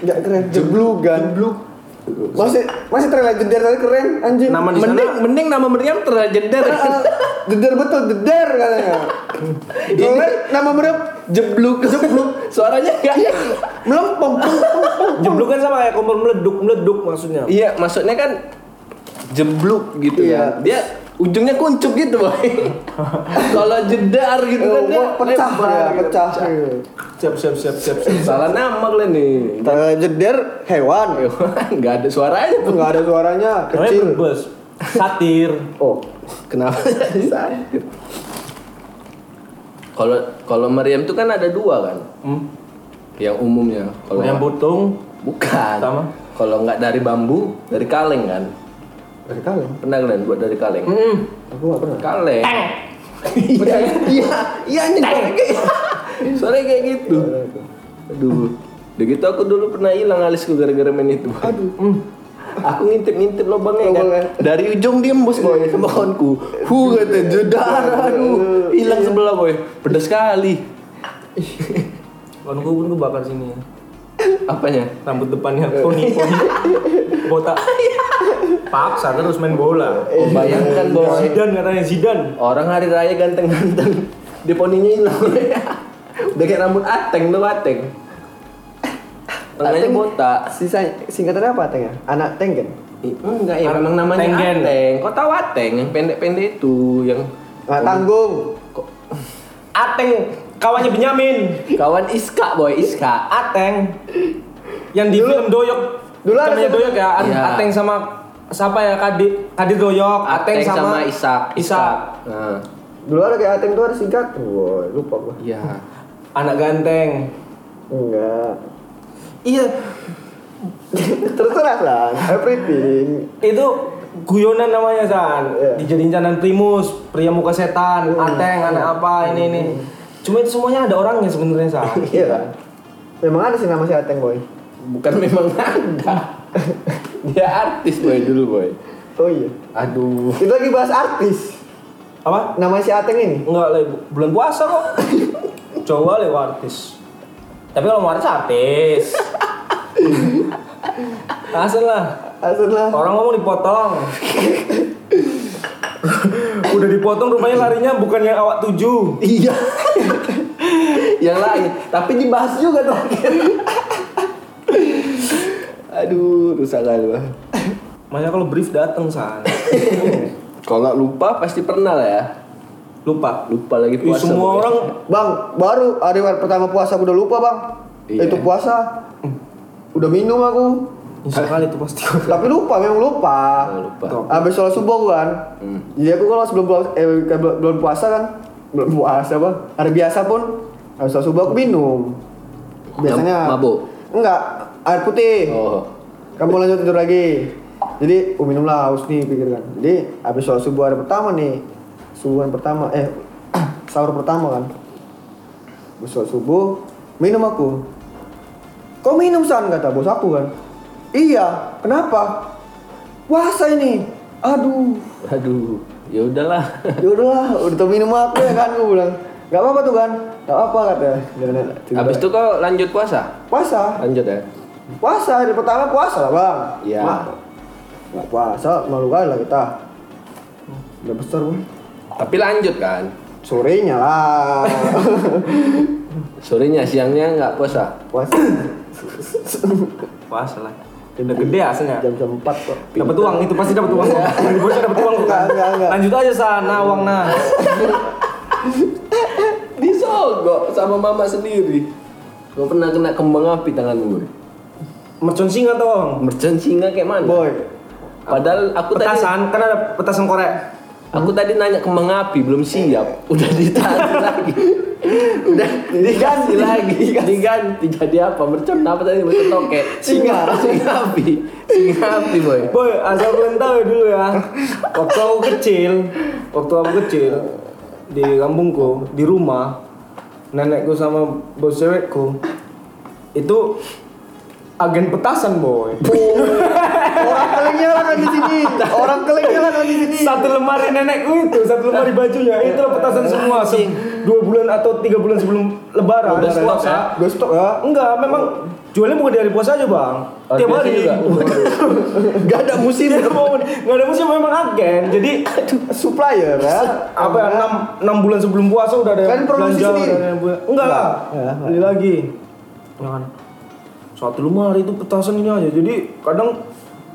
Speaker 2: nggak keren jeblugan jeblug kan? masih masih terlihat jeder tadi keren anjing
Speaker 1: Nama di
Speaker 3: mending
Speaker 1: sana
Speaker 3: mending nama meriam terjender
Speaker 2: Deder betul, deder katanya. Jelek nama mereka jebluk, jebluk.
Speaker 3: suaranya nggak
Speaker 2: Melempem.
Speaker 1: jeblugan sama kayak kompor meleduk meleduk maksudnya.
Speaker 3: Iya, maksudnya kan jebluk gitu
Speaker 2: Iya.
Speaker 3: ya. Dia ujungnya kuncup gitu, boy. Kalau jedar gitu kan dia
Speaker 2: Oh, eh, pecah
Speaker 3: lebar
Speaker 2: ya,
Speaker 3: gitu.
Speaker 2: pecah.
Speaker 1: Siap siap siap siap. siap.
Speaker 3: Salah nama kalian nih.
Speaker 2: Terlihat jeder hewan.
Speaker 3: Enggak ada suaranya tuh.
Speaker 2: Enggak ada suaranya,
Speaker 1: Namanya
Speaker 2: kecil.
Speaker 1: berbes. Satir.
Speaker 2: Oh,
Speaker 3: Kenapa jadi saya? Kalau kalau meriam tuh kan ada dua kan,
Speaker 1: Hmm.
Speaker 3: yang umumnya. Kalau
Speaker 1: Yang butung.
Speaker 3: bukan.
Speaker 1: Sama.
Speaker 3: Kalau nggak dari bambu, dari kaleng kan.
Speaker 2: dari kaleng.
Speaker 3: Pernah kalian buat dari kaleng?
Speaker 2: Hmm.
Speaker 1: Hmm.
Speaker 2: Aku nggak pernah.
Speaker 3: kaleng iya iya iya nyedorong kayak suaranya kayak gitu
Speaker 2: Iya.
Speaker 3: aduh udah gitu aku dulu pernah hilang alisku gara-gara main itu aduh aku ngintip-ngintip lubangnya kan
Speaker 2: Lubangnya.
Speaker 3: dari ujung dia embus boy ke pohonku hu kata jedar aduh hilang sebelah boy pedas sekali
Speaker 1: Kan gue pun gue bakar sini.
Speaker 3: apanya
Speaker 1: Rambut depannya poni poni. Botak. Paksa terus main bola.
Speaker 3: oh bayangkan
Speaker 2: Iya.
Speaker 3: boy
Speaker 1: Zidane katanya Zidane.
Speaker 3: orang hari raya ganteng-ganteng deponinya hilang boy. udah kayak rambut ateng tuh ateng Tangannya
Speaker 2: Ateng.
Speaker 3: botak
Speaker 2: Sisa singkatannya apa Teng? ya? Anak Teng kan?
Speaker 3: Ih, Enggak ya, memang namanya
Speaker 1: Tenggen.
Speaker 3: Ateng. Kau tahu Ateng yang pendek-pendek itu, yang
Speaker 2: Nggak tanggung.
Speaker 1: Ateng kawannya Benyamin.
Speaker 3: kawan Iska boy Iska.
Speaker 1: Ateng yang di film Doyok.
Speaker 2: dulu ada
Speaker 1: Filmnya
Speaker 2: sebut-
Speaker 1: Doyok ya. At-
Speaker 3: Iya.
Speaker 1: Ateng sama siapa ya Kadi Kadi Doyok. Ateng, sama,
Speaker 3: Isak.
Speaker 1: Isak.
Speaker 3: Nah,
Speaker 2: Dulu ada kayak Ateng tuh ada singkat. Wah, lupa gua.
Speaker 3: iya.
Speaker 1: Anak ganteng.
Speaker 2: Enggak.
Speaker 1: Iya,
Speaker 2: Terserah lah, everything.
Speaker 1: itu guyonan namanya San.
Speaker 2: Iya.
Speaker 1: Dijadiin canan primus, pria muka setan, ateng, anak apa ini ini. Cuma itu semuanya ada orangnya sebenarnya San.
Speaker 2: Iya kan? Memang ada sih nama si Ateng boy.
Speaker 3: Bukan memang ada. Dia artis boy dulu boy.
Speaker 2: Oh iya.
Speaker 3: Aduh.
Speaker 2: Kita lagi bahas artis.
Speaker 1: Apa?
Speaker 2: Nama si Ateng ini.
Speaker 1: Enggak lah, Ibu. bulan puasa kok. Coba lah Ibu, artis. Tapi kalau mau artis artis. Asal lah.
Speaker 2: Asal lah.
Speaker 1: Orang ngomong dipotong. Udah dipotong rupanya larinya bukan yang awak tuju.
Speaker 3: Iya. yang lain, tapi dibahas juga terakhir. Aduh, rusak kali Boy.
Speaker 1: Makanya kalau brief dateng San.
Speaker 3: Kalau nggak lupa pasti pernah lah ya.
Speaker 1: lupa
Speaker 3: lupa
Speaker 1: Ih,
Speaker 3: lagi puasa ya.
Speaker 1: semua
Speaker 3: pokoknya.
Speaker 1: orang
Speaker 2: Bang, baru hari pertama puasa udah lupa bang.
Speaker 3: Iya.
Speaker 2: Itu puasa. Udah minum aku.
Speaker 1: nyesel kali tuh pasti
Speaker 2: Tapi lupa, memang lupa.
Speaker 3: Oh, lupa
Speaker 1: Tuh.
Speaker 2: Abis sholat subuh aku kan.
Speaker 3: Hmm.
Speaker 2: Jadi aku kalau sebelum puasa, eh, ke- belum puasa kan, belum puasa bang. Hari biasa pun abis sholat subuh aku minum. Biasanya.
Speaker 3: Mabuk?
Speaker 2: Enggak, air putih.
Speaker 3: oh
Speaker 2: Kamu Kan lanjut tidur lagi. Jadi, oh minum lah haus nih pikir kan. Jadi, habis sholat subuh hari pertama nih. Subuhan pertama, eh sahur pertama kan. Habis sholat subuh, minum aku. Kok minum san kata bos aku kan. Iya, kenapa? Puasa ini. Aduh,
Speaker 3: aduh ya udahlah
Speaker 2: ya udahlah, udah tau minum aku ya kan gue bilang. Gak apa-apa tuh kan. Gak apa-apa kata. Jangan- tidur
Speaker 3: habis
Speaker 2: lagi.
Speaker 3: itu kau lanjut puasa
Speaker 2: puasa.
Speaker 3: lanjut ya
Speaker 2: Puasa hari pertama puasa lah bang.
Speaker 3: Iya.
Speaker 2: Mak, Nggak puasa malu kali lah kita. Udah besar bang.
Speaker 3: tapi lanjut kan
Speaker 2: Sorenya lah.
Speaker 3: sorenya siangnya nggak puasa
Speaker 2: puasa
Speaker 1: puasa lah udah gede hasilnya
Speaker 2: jam-jam empat kok.
Speaker 1: dapat uang itu pasti dapat uang bocah dapat uang tuh
Speaker 2: Iya. Enggak, enggak, enggak.
Speaker 1: lanjut aja sana uang nah
Speaker 3: disogok sama mama sendiri gue pernah kena kembang api tangan gue
Speaker 1: mercon singa tuh Om.
Speaker 3: mercon singa kayak mana
Speaker 2: Boy,
Speaker 3: padahal aku tadi
Speaker 1: petasan kan ada petasan korek
Speaker 3: aku tadi nanya kembang api belum siap udah ditarik lagi udah diganti lagi diganti jadi apa mercon apa tadi mercon tokek
Speaker 2: Singa.
Speaker 3: singa api singa api boy
Speaker 1: boy asal kalian tahu ya dulu ya waktu aku kecil waktu aku kecil di kampungku di rumah nenekku sama bos cewekku itu agen petasan boy
Speaker 2: orang kelenyalan di sini. Orang kelenyalan di sini.
Speaker 1: satu lemari nenekku itu satu lemari bajunya itu petasan semua se- dua bulan atau tiga bulan sebelum lebaran
Speaker 3: Udah stok,
Speaker 1: Puasa.
Speaker 3: ya?
Speaker 2: Gue stok ya.
Speaker 1: enggak memang jualnya bukan di hari puasa aja bang
Speaker 3: Oh,
Speaker 1: tiap
Speaker 3: biasa
Speaker 1: hari
Speaker 3: juga.
Speaker 2: Gak ada musim.
Speaker 1: Dia mau- nggak ada musim memang agen jadi
Speaker 2: Supplier ya.
Speaker 1: apa ya enam enam bulan sebelum puasa udah ada
Speaker 2: Kan produksi sendiri.
Speaker 1: udah ada yang buat- enggak lah
Speaker 2: Ya,
Speaker 1: beli lagi jangan satu lemari itu petasan ini aja jadi kadang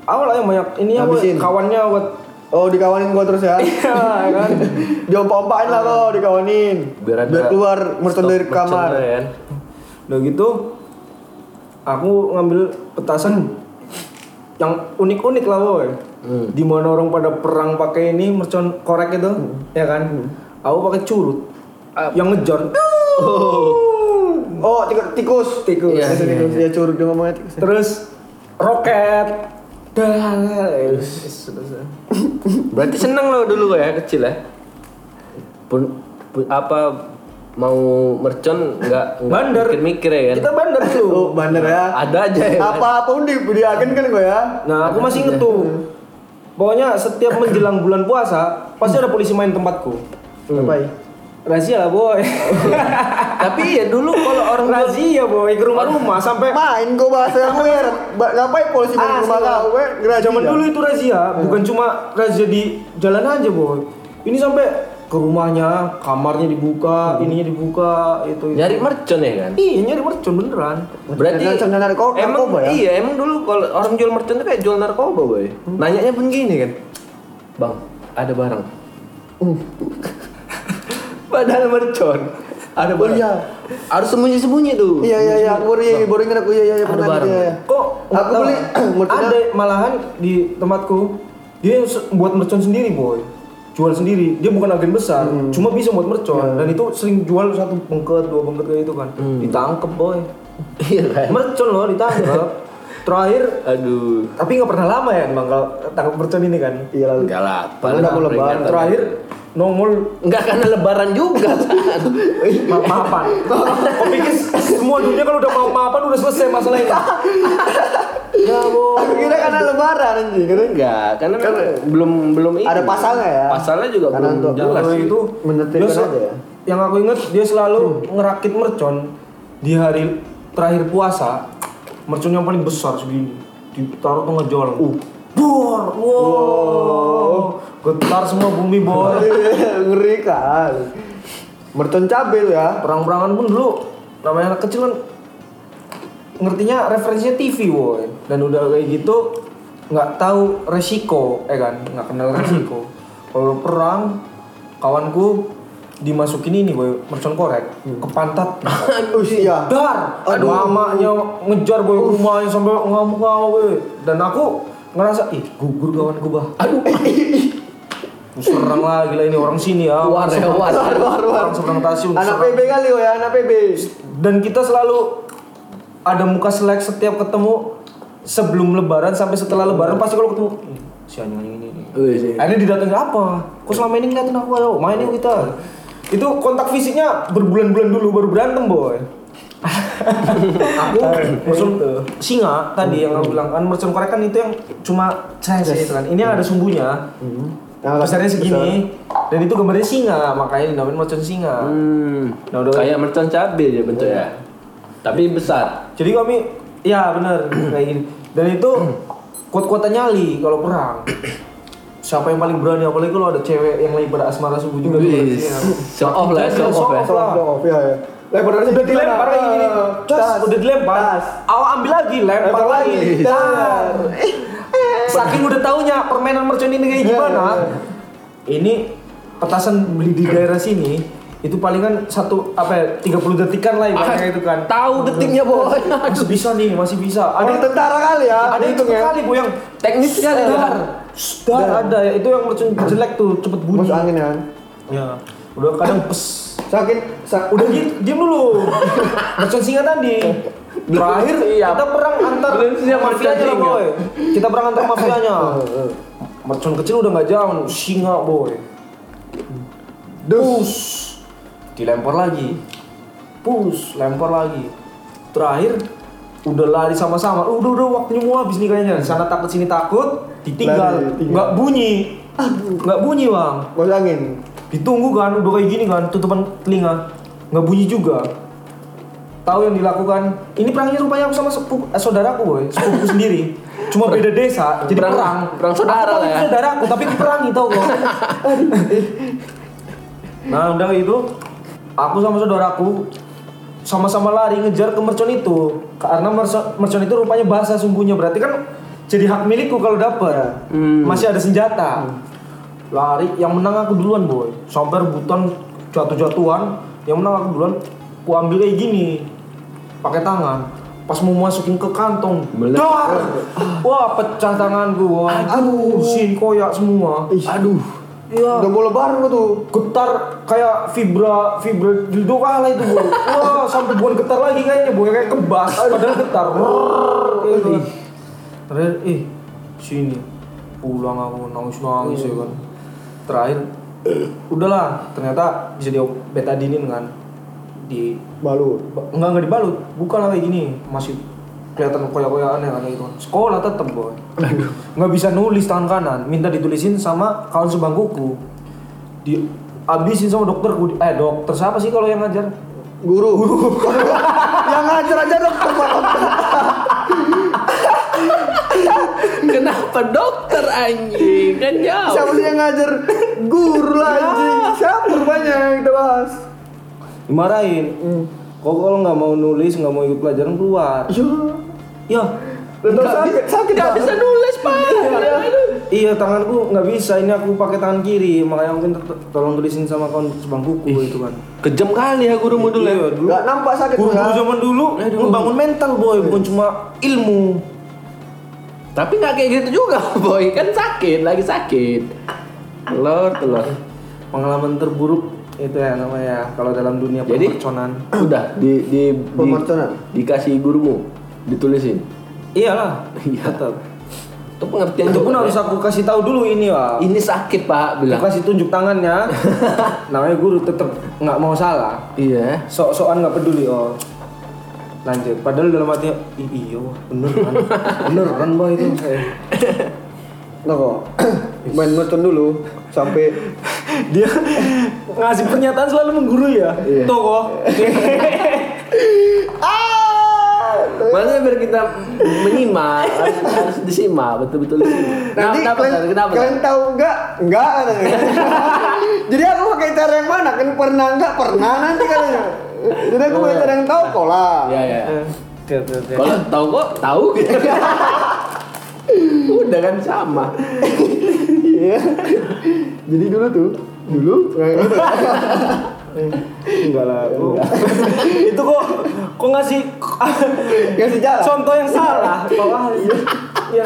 Speaker 1: awal lah yang banyak ini ya
Speaker 2: Habisin.
Speaker 1: kawannya buat
Speaker 2: Oh dikawanin gua terus ya.
Speaker 1: ya kan
Speaker 2: Diompa-ompain lah lo dikawanin.
Speaker 3: Biar
Speaker 2: Biar,
Speaker 3: ada
Speaker 2: keluar mercon
Speaker 3: stok
Speaker 2: dari
Speaker 3: mercon
Speaker 2: kamar.
Speaker 3: kan.
Speaker 1: udah gitu aku ngambil petasan yang unik-unik lah boy
Speaker 3: Hmm.
Speaker 1: di mana orang pada perang pakai ini mercon korek itu
Speaker 3: Hmm.
Speaker 1: ya kan aku pakai curut yang ngejar
Speaker 2: Oh, tikus, tikus, tikus.
Speaker 3: Iya,
Speaker 2: Itu
Speaker 3: iya,
Speaker 2: tikus. Dia curut dia ngomongnya tikus.
Speaker 1: terus roket dah sudah
Speaker 3: Berarti seneng lo dulu ya kecil ya. Pun, pun- apa mau mercon nggak nggak
Speaker 1: Bandar.
Speaker 3: mikir-mikir ya kan.
Speaker 1: Kita bandar
Speaker 2: Oh,
Speaker 1: dulu.
Speaker 2: bandar ya.
Speaker 3: Ada aja ya. kan?
Speaker 2: Apa-apa pun di di agen kan gue ya.
Speaker 1: Nah, aku masih inget tuh. Pokoknya setiap menjelang bulan puasa, pasti ada polisi main tempatku.
Speaker 3: Hmm.
Speaker 2: Apa ya?
Speaker 1: Razia lah, boy.
Speaker 3: Tapi
Speaker 2: iya,
Speaker 3: ya dulu kalau orang
Speaker 1: Razia, boy. Ke rumah-rumah sampai
Speaker 2: Main gue bahasa yang gue. Ba- Ngapain polisi
Speaker 1: Ah,
Speaker 2: main rumah
Speaker 1: sih,
Speaker 2: kau? Gue gerajin
Speaker 1: Zaman
Speaker 2: ya.
Speaker 1: dulu itu razia, bukan cuma razia di jalan aja, boy. Ini sampai ke rumahnya, kamarnya dibuka, ininya dibuka, itu. itu.
Speaker 3: nyari mercon ya kan.
Speaker 1: Iya, nyari mercon beneran.
Speaker 3: Berarti
Speaker 2: Mercon dan narko-
Speaker 3: emang
Speaker 2: narkoba ya?
Speaker 3: iya emang dulu kalau orang jual mercon itu kayak jual narkoba boy.
Speaker 2: Hmm.
Speaker 3: Nanyanya pun gini kan, bang ada barang.
Speaker 2: Uh.
Speaker 3: Padahal mercon ada
Speaker 2: Oh,
Speaker 3: barang.
Speaker 2: iya.
Speaker 3: Harus sembunyi-sembunyi tuh.
Speaker 2: Iya iya iya, aku baru iya, iya, baru ingat aku iya iya iya,
Speaker 3: Ada
Speaker 2: pernah
Speaker 3: barang.
Speaker 2: iya, iya.
Speaker 1: Kok nggak
Speaker 2: aku
Speaker 1: tahu,
Speaker 2: beli mercon
Speaker 1: ada malahan di tempatku dia se- buat mercon sendiri boy jual sendiri dia bukan agen besar cuma bisa buat mercon dan itu sering jual satu bengket dua bengket kayak gitu kan ditangkep boy
Speaker 3: Iya kan.
Speaker 1: mercon loh ditangkep terakhir
Speaker 3: Aduh.
Speaker 1: tapi nggak pernah lama ya bang kalau tangkap mercon ini kan
Speaker 2: Iya lalu.
Speaker 3: Enggak lah, paling
Speaker 2: Udah aku lebaran.
Speaker 3: peringatan.
Speaker 1: terakhir nongol eh,
Speaker 3: Enggak karena lebaran juga. San.
Speaker 1: ma- mapan kok pikir semua dunia kalau udah mau mapan udah selesai masalahnya ya boy
Speaker 3: Oh,
Speaker 2: Aku kira
Speaker 3: iya.
Speaker 2: karena lebaran anjing, kira
Speaker 3: Enggak, karena memang belum belum ini.
Speaker 2: Ada pasalnya ya?
Speaker 3: Pasalnya juga
Speaker 2: Karena
Speaker 3: belum
Speaker 2: untuk-
Speaker 3: jelas.
Speaker 1: Kalau
Speaker 3: sih.
Speaker 1: Nah, itu
Speaker 2: Menertibkan
Speaker 1: dia se-
Speaker 2: aja ya? Hmm.
Speaker 1: Yang aku inget dia selalu ngerakit mercon di hari terakhir puasa. Mercon yang paling besar segini ditaruh tengah jalan. Uh. Bor, wow. Getar semua bumi
Speaker 3: Oh.
Speaker 1: bor.
Speaker 2: Iya, ngeri kan. Mercon cabe lu ya.
Speaker 1: Perang-perangan pun dulu namanya anak kecil kan ngertinya referensinya TV woi dan udah kayak gitu nggak tahu resiko eh kan nggak kenal resiko kalau perang kawanku dimasukin ini boy mercon korek ke pantat
Speaker 2: Oh iya.
Speaker 1: dar aduh
Speaker 2: Aduh.
Speaker 1: mamanya ngejar boy ke rumahnya sampai ngamuk-ngamuk boy dan aku ngerasa ih gugur kawan gue bah
Speaker 3: Aduh,
Speaker 1: serang lah gila ini orang sini ya
Speaker 3: Luar ya,
Speaker 1: Seberang-
Speaker 3: luar,
Speaker 2: Luar, luar, luar.
Speaker 1: orang seberang stasiun
Speaker 2: Anak
Speaker 1: serang.
Speaker 2: PB kali oh ya, anak PB.
Speaker 1: dan kita selalu ada muka selek setiap ketemu sebelum lebaran sampai setelah lebaran pasti kalau ketemu "Ih, si anjing anjing ini ini."
Speaker 3: Wih, sih.
Speaker 1: akhirnya didatengin apa kok selama ini ngeliatin aku ayo main yuk kita itu kontak fisiknya berbulan-bulan dulu baru berantem boy gitu. aku mercon singa tadi yang aku bilang kan mercon korek kan itu yang cuma ces gitu kan ini yang ada sumbunya
Speaker 2: Nah,
Speaker 1: besarnya segini dan itu gambarnya singa makanya dinamain mercon singa
Speaker 3: Hmm,
Speaker 1: Nah, udah.
Speaker 3: kayak mercon cabe dia bentuknya. Tapi besar.
Speaker 1: Jadi kami ya benar kayak gini. Dan itu kuat-kuatan nyali kalau perang. Siapa yang paling berani apalagi kalau ada cewek yang lagi pada asmara subuh juga ya. di
Speaker 3: Wih,
Speaker 1: Malaysia.
Speaker 3: show off lah, ya, show off lah.
Speaker 1: Show off.
Speaker 2: Dong, ya ya. Lempar dari
Speaker 1: Udah dilempar kayak gini. Tas,
Speaker 2: Eh, Tas.
Speaker 1: udah dilempar.
Speaker 2: Tas.
Speaker 1: Awak ambil lagi, lempar
Speaker 2: Lempar
Speaker 1: lagi.
Speaker 2: lagi.
Speaker 1: Dar. Saking udah taunya permainan mercon ini kayak
Speaker 2: Iya,
Speaker 1: gimana.
Speaker 2: iya,
Speaker 1: Ini petasan beli di daerah sini itu palingan satu apa ya, 30 detikan lah ibaratnya
Speaker 2: Ah,
Speaker 1: itu kan.
Speaker 3: Ah, Tahu detiknya boy.
Speaker 1: Masih bisa nih, masih bisa.
Speaker 2: Orang
Speaker 1: Ada
Speaker 2: tentara kali ya.
Speaker 1: ada itu
Speaker 2: hitungnya.
Speaker 1: kali bu yang Eh,
Speaker 3: Teknis sekali
Speaker 1: dar,
Speaker 3: kan.
Speaker 1: dar ada ya itu yang mercon jelek tuh cepet bunyi.
Speaker 2: Masuk angin ya. kan?
Speaker 1: Ya, udah kadang pes.
Speaker 2: Sakit. Sak
Speaker 1: Udah di- diam dulu. mercon singa tadi.
Speaker 2: Oh,
Speaker 1: Terakhir
Speaker 3: siap.
Speaker 1: kita perang antar
Speaker 3: Belum siap
Speaker 1: mafianya lah
Speaker 3: mercon
Speaker 1: boy. Kita perang antar mafianya.
Speaker 2: Eh, eh.
Speaker 1: Mercon kecil udah nggak jauh, singa boy.
Speaker 2: Dus.
Speaker 1: Push, dilempar lagi. Push, lempar lagi. Terakhir udah lari sama-sama. Udah udah waktunya mau habis nih kayaknya. Sana takut sini takut,
Speaker 2: Lari,
Speaker 1: ditinggal.
Speaker 2: ditinggal.
Speaker 1: Nggak bunyi. Nggak bunyi, Bang.
Speaker 2: Masuk angin.
Speaker 1: Ditunggu kan, udah kayak gini kan, tutupan telinga. Nggak bunyi juga. Tahu yang dilakukan? Ini perangnya rupanya aku sama sepupu, eh, saudaraku, boy. Sepupuku sendiri. Cuma beda desa, jadi
Speaker 3: Perang-
Speaker 1: perang.
Speaker 3: perang saudara
Speaker 1: Aku tahu
Speaker 3: lah ya.
Speaker 1: itu Saudaraku, tapi diperangi tau kok. nah, udah itu aku sama saudaraku sama-sama lari ngejar ke mercon itu karena mercon, mercon itu rupanya basah sumbunya berarti kan jadi hak milikku kalau dapat masih ada senjata lari yang menang aku duluan boy sampai rebutan jatuh-jatuhan yang menang aku duluan ku ambil kayak gini pakai tangan pas mau masukin ke kantong
Speaker 3: Meledak.
Speaker 1: dar wah pecah tanganku boy
Speaker 2: Aduh.
Speaker 1: sih koyak semua
Speaker 2: Ih. Aduh.
Speaker 1: iya
Speaker 2: Udah mau lebaran gua tuh.
Speaker 1: getar kayak vibra vibra dildo kalah itu bu wah sampai bukan getar lagi kayaknya bu kayak kebas padahal getar Rrrr, kayak gitu. terakhir eh sini pulang aku nangis nangis ya kan terakhir udahlah ternyata bisa di betadinin kan di
Speaker 2: Balu.
Speaker 1: enggak enggak dibalut bukan lah kayak gini masih kelihatan koyak-koyakan ya kan gitu sekolah tetep boy nggak bisa nulis tangan kanan minta ditulisin sama kawan sebangkuku di abisin sama dokter eh dokter siapa sih kalau yang ngajar
Speaker 2: Guru. Yang ngajar aja dokter dokter.
Speaker 3: Kenapa dokter anjing? Kan
Speaker 2: Siapa
Speaker 3: jauh.
Speaker 2: sih yang ngajar? Guru lah
Speaker 1: Ya.
Speaker 2: anjing. Siapa rupanya yang kita bahas?
Speaker 1: dimarahin kok kalau nggak mau nulis nggak mau ikut pelajaran keluar
Speaker 2: Iya.
Speaker 1: ya
Speaker 2: Lu tau sakit, sakit
Speaker 3: Gak
Speaker 2: Pak.
Speaker 3: bisa nulis pak.
Speaker 1: iya tanganku nggak bisa ini aku pakai tangan kiri makanya mungkin to- tolong tulisin sama kawan sebangkuku itu kan
Speaker 3: Kejam kali ya guru modul ya.
Speaker 1: Iya, dulu
Speaker 2: Gak nampak sakit
Speaker 1: guru-guru
Speaker 2: Pak.
Speaker 1: zaman dulu
Speaker 3: Aduh.
Speaker 1: ngebangun mental boy bukan cuma ilmu
Speaker 3: Tapi nggak kayak gitu juga boy. Kan sakit, lagi sakit. Telur, telur.
Speaker 1: pengalaman terburuk itu ya namanya kalau dalam dunia
Speaker 3: Jadi?
Speaker 1: perconan
Speaker 3: Udah di di, di
Speaker 2: Pemerconan.
Speaker 3: dikasih gurumu ditulisin.
Speaker 1: iyalah
Speaker 3: Iya.
Speaker 1: tetap
Speaker 3: Itu pengertian
Speaker 1: itu pun
Speaker 3: juga,
Speaker 1: harus
Speaker 3: ya.
Speaker 1: aku kasih tahu dulu ini pak
Speaker 3: Ini sakit
Speaker 1: aku
Speaker 3: pak bilang.
Speaker 1: kasih tunjuk tangannya namanya guru tetap nggak mau salah
Speaker 3: Iya.
Speaker 1: sok-sokan nggak peduli oh lanjut padahal dalam hati "I- iya wah, beneran beneran bah itu Eh,
Speaker 2: Nah kok main mercon dulu sampai
Speaker 1: dia ngasih pernyataan selalu menggurui ya
Speaker 2: Iya.
Speaker 1: tuh kok
Speaker 3: Maksudnya biar kita menyimak harus, harus disimak betul-betul disimak.
Speaker 2: nanti
Speaker 3: Kenapa,
Speaker 2: kalian,
Speaker 3: kenapa, kenapa?
Speaker 2: kalian tahu nggak nggak katanya. jadi aku pakai cara yang mana kan pernah nggak pernah nanti katanya jadi aku pakai cara yang tahu kok lah
Speaker 3: Ya ya.
Speaker 1: Eh. Oke, oke, oke.
Speaker 3: Kalau tahu kok tahu gitu. Udah kan sama.
Speaker 2: iya jadi dulu Nah, tuh dulu
Speaker 1: Enggak lah. gua-
Speaker 3: Iya.
Speaker 1: itu kok kok ngasih
Speaker 2: Ngasih jalan.
Speaker 1: contoh yang salah. Kok ah, ya.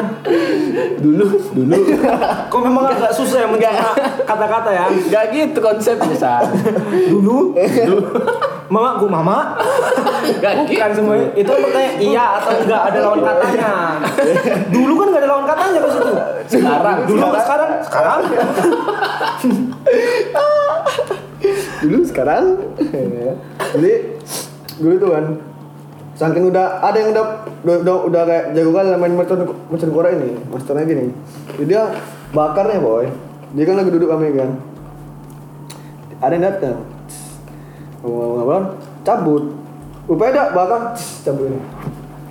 Speaker 3: Dulu, dulu.
Speaker 1: Kok memang agak susah ya menjaga kata-kata ya.
Speaker 3: Gak gitu konsepnya, San.
Speaker 1: Dulu, mama gua mama
Speaker 3: Gak
Speaker 1: bukan
Speaker 3: gitu.
Speaker 1: semua itu bertanya iya atau enggak ada lawan katanya dulu kan enggak ada lawan katanya pas itu
Speaker 3: Sekarang.
Speaker 1: dulu sama sekarang sekarang
Speaker 2: dulu sekarang jadi dulu tuh kan saking udah ada yang udah udah, udah, udah kayak jago kali lah main mercon mercon kora ini masternya gini jadi dia bakarnya boy dia kan lagi duduk kami kan ada yang datang ngobrol-ngobrol cabut upaya dah bakar Tss, cabut ini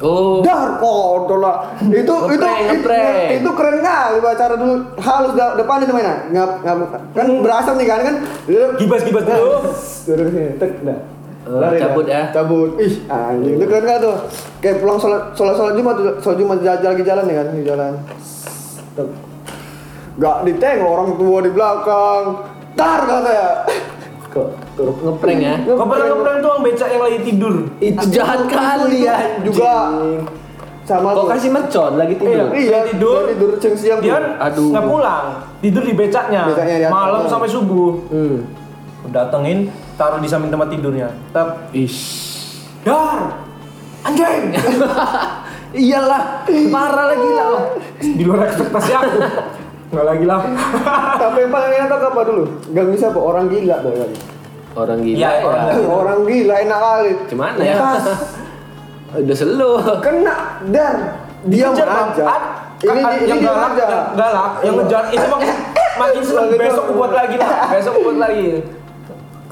Speaker 3: Oh,
Speaker 2: Dar kontol lah. Itu itu
Speaker 3: Ngeprank,
Speaker 2: itu,
Speaker 3: ngeprank.
Speaker 2: itu keren kali acara dulu halus da- depan itu mainan. Ngap ngap kan berasap nih kan kan.
Speaker 1: gibas gibas dulu
Speaker 2: Turun sini tek dah.
Speaker 3: Eh,
Speaker 2: Lari dah.
Speaker 3: cabut ya.
Speaker 2: Cabut. Ih, anjing itu keren kali tuh. Kayak pulang sholat sholat sholat Jumat tuh, sholat Jumat jalan lagi jalan nih kan di jalan. Tek. Gak ditengok orang tua di belakang. Dar kata ya. Kok turun
Speaker 3: ngeprank ya.
Speaker 1: kau pernah ngeprank tuh orang becak yang lagi tidur
Speaker 3: Itu jahat kali ya.
Speaker 2: juga sama
Speaker 3: Kok
Speaker 2: tuh.
Speaker 3: kasih mercon lagi
Speaker 1: Iya,
Speaker 3: tidur?
Speaker 2: Iya,
Speaker 1: tidur.
Speaker 2: dia tidur siang siang.
Speaker 1: dia
Speaker 3: Aduh.
Speaker 1: nggak pulang tidur di becaknya,
Speaker 2: Becaknya di atas.
Speaker 1: malam sampai subuh
Speaker 2: Hmm.
Speaker 1: datengin taruh di samping tempat tidurnya tap
Speaker 3: Ish.
Speaker 1: dar anjing
Speaker 3: Iyalah, parah lagi lah. Wah.
Speaker 1: di luar ekspektasi aku nggak lagi lah
Speaker 2: Tapi yang paling enak tuh apa dulu? Gak bisa apa orang gila tuh kali.
Speaker 3: Orang gila
Speaker 1: Iya,
Speaker 3: ya.
Speaker 1: orang
Speaker 2: orang gila enak kali.
Speaker 3: Gimana ya?
Speaker 2: Pas
Speaker 3: Udah selu.
Speaker 2: kena dan diam
Speaker 1: Dikejar, Bang.
Speaker 2: aja.
Speaker 1: Ad-
Speaker 2: Ini Eh,
Speaker 1: ad-
Speaker 2: ini
Speaker 1: yang
Speaker 2: diam
Speaker 1: galak,
Speaker 2: aja.
Speaker 1: yang galak, yang ngejar itu mak makin seneng.
Speaker 2: Kalau gitu.
Speaker 1: Besok buat lagi lah, besok buat lagi.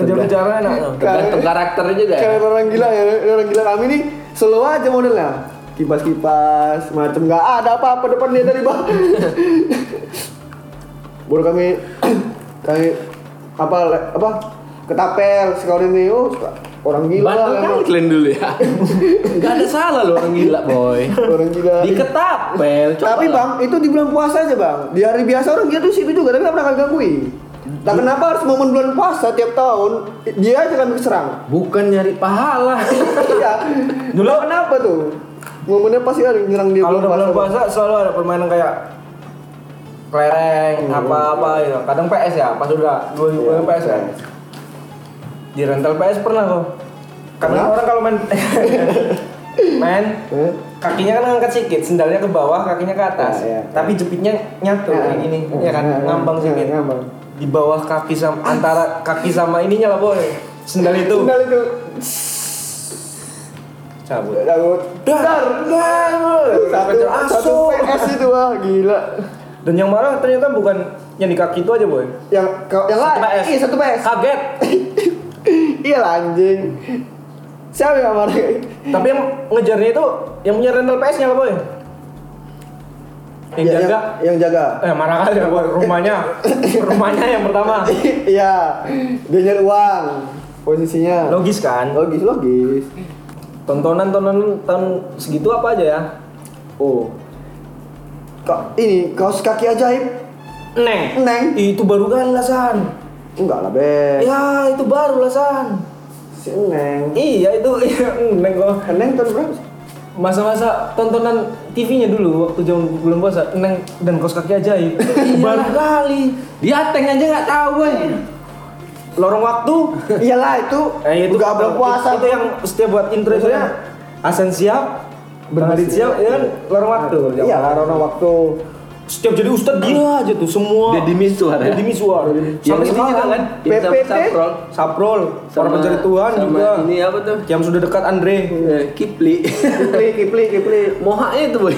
Speaker 1: Kejar-kejaran enak. tuh.
Speaker 3: Tergantung
Speaker 2: Kayak-
Speaker 3: karakternya juga. ya.
Speaker 2: Kayak orang gila ya, orang gila kami ini slow aja modelnya. Kipas-kipas, macam nggak ada apa-apa depan dia dari bawah. Baru kami kami apa apa ketapel sekali ini oh suka orang gila
Speaker 3: Bandel
Speaker 2: emang.
Speaker 3: kali kalian dulu ya. Gak ada salah loh orang gila, boy.
Speaker 2: orang gila
Speaker 3: Diketapel, coba
Speaker 2: tapi
Speaker 3: lah.
Speaker 2: bang itu di bulan puasa aja bang di hari biasa orang dia tuh situ juga tapi nggak pernah kami gangguin Nah kenapa harus momen bulan puasa tiap tahun dia aja kami serang
Speaker 3: bukan nyari pahala.
Speaker 2: iya
Speaker 1: Dulu-
Speaker 2: dulu kenapa tuh momennya pasti ada yang nyerang dia
Speaker 1: Kalau udah
Speaker 2: bulan
Speaker 1: bulan
Speaker 2: puasa, Bang.
Speaker 1: puasa selalu ada permainan kayak kelereng, apa-apa gitu. Kadang PS ya, pas udah dua ribu
Speaker 2: Hmm. Iya,
Speaker 1: PS kan.
Speaker 2: PS.
Speaker 1: Di rental PS pernah kok. Karena
Speaker 2: Pernah?
Speaker 1: orang kalau main main
Speaker 2: Eh?
Speaker 1: kakinya kan ngangkat sedikit, sendalnya ke bawah, kakinya ke atas.
Speaker 2: Ya, ya.
Speaker 1: Tapi jepitnya nyatu
Speaker 2: Ya.
Speaker 1: kayak gini, ya
Speaker 2: Ya,
Speaker 1: kan?
Speaker 2: ya, ya.
Speaker 1: Ngambang
Speaker 2: Ya,
Speaker 1: sedikit.
Speaker 2: ngambang.
Speaker 1: Di bawah kaki sama antara kaki sama ininya lah, Boy. Sendal itu
Speaker 2: Sendal itu
Speaker 1: cabut.
Speaker 2: Cabut. dar dar satu
Speaker 1: Asu.
Speaker 2: satu PS itu wah gila
Speaker 1: Dan yang marah ternyata bukan yang di kaki itu aja, Boy.
Speaker 2: yang kau yang lain
Speaker 1: Satu PS.
Speaker 2: iya satu PS
Speaker 1: Kaget.
Speaker 2: iya lah, anjing siapa yang marah
Speaker 1: Tapi yang ngejarnya itu yang punya rental PS-nya lah boy. Yang
Speaker 2: Ya,
Speaker 1: jaga.
Speaker 2: yang jaga
Speaker 1: Eh marah kali lah boy. Rumahnya, rumahnya yang pertama.
Speaker 2: Iya, dia nyari uang posisinya.
Speaker 1: Logis kan?
Speaker 2: Logis, logis.
Speaker 1: Tontonan tontonan tahun segitu apa aja ya?
Speaker 2: Oh. Kok ini kaos kaki ajaib?
Speaker 1: Neng.
Speaker 2: Neng. Iya.
Speaker 1: Itu baru kan lasan.
Speaker 2: Enggak lah, Beb.
Speaker 1: Ya itu baru lasan.
Speaker 2: Si Neng. Kan
Speaker 1: Iya itu iya, neng kok.
Speaker 2: Neng tahun berapa sih?
Speaker 1: Masa-masa tontonan TV-nya dulu waktu jam bulan puasa, Neng dan kos kaki ajaib. baru kali.
Speaker 3: Dia tank aja nggak tahu, boy.
Speaker 1: Lorong waktu.
Speaker 2: Iyalah itu.
Speaker 1: Eh itu
Speaker 2: enggak belum puasa
Speaker 1: Itu, itu yang setiap buat intro itu ya. Asen siap, berhari
Speaker 2: Berhasil.
Speaker 1: siap, ya kan lorong waktu. Nah.
Speaker 2: Iya, karena waktu
Speaker 1: Setiap jadi ustad dia aja tuh semua.
Speaker 3: Dia di misua ya.
Speaker 1: Deddy Miswar.
Speaker 3: Yang
Speaker 1: Sampai
Speaker 3: ini
Speaker 1: sekarang
Speaker 3: juga kan? yang sama
Speaker 2: PPT.
Speaker 1: Iya.
Speaker 3: Saprol.
Speaker 1: Saprol, para
Speaker 3: Sama-
Speaker 1: pencari Tuhan
Speaker 3: sama
Speaker 1: juga.
Speaker 3: Ini apa tuh?
Speaker 1: Yang sudah dekat Andre.
Speaker 3: Eh, Kipli.
Speaker 2: Kipli, Kipli, Kipli.
Speaker 3: Mohaknya itu, boy.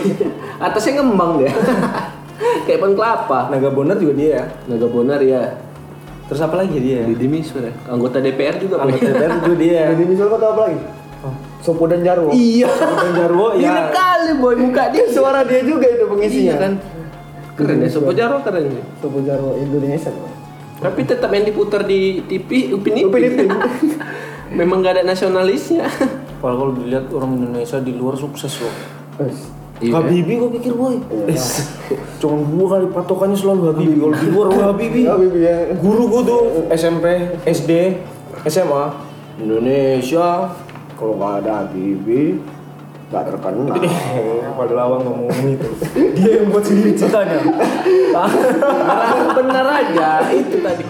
Speaker 3: Atasnya ngembang dia. Kayak pohon kelapa.
Speaker 1: Naga Bonar juga dia ya.
Speaker 3: Naga Bonar ya.
Speaker 1: Terus apa lagi dia ya?
Speaker 3: Deddy Miswar ya. Anggota DPR juga, boy.
Speaker 1: Anggota DPR juga dia.
Speaker 2: Jadi misalnya kau tahu apa lagi? Sopo dan Jarwo.
Speaker 3: Iya.
Speaker 1: Dan Jarwo ya.
Speaker 3: Mirip kali, boy. Muka dia.
Speaker 2: Dia suara dia juga itu pengisinya.
Speaker 3: Iya kan. Keren ya, Sopo Jarwo keren ya.
Speaker 2: Sopo Jarwo Indonesia.
Speaker 3: Tapi tetap yang diputar di TV Upin Ipin.
Speaker 2: Upin Ipin.
Speaker 3: Memang gak ada nasionalisnya.
Speaker 1: Padahal kalau dilihat orang Indonesia di luar sukses loh.
Speaker 2: Wes.
Speaker 1: Iya. Habibi gue pikir boy. Cuman gua kali Iya,
Speaker 2: Iya,
Speaker 1: patokannya selalu Habibi. Kalau di luar gua Habibi.
Speaker 2: Ya, Bibi ya.
Speaker 1: Guru gua tuh SMP, SD, SMA
Speaker 2: Indonesia kalau nggak ada Habibie nggak terkenal.
Speaker 1: Eh, pada lawang ngomong itu dia yang buat sendiri ceritanya
Speaker 3: benar aja itu tadi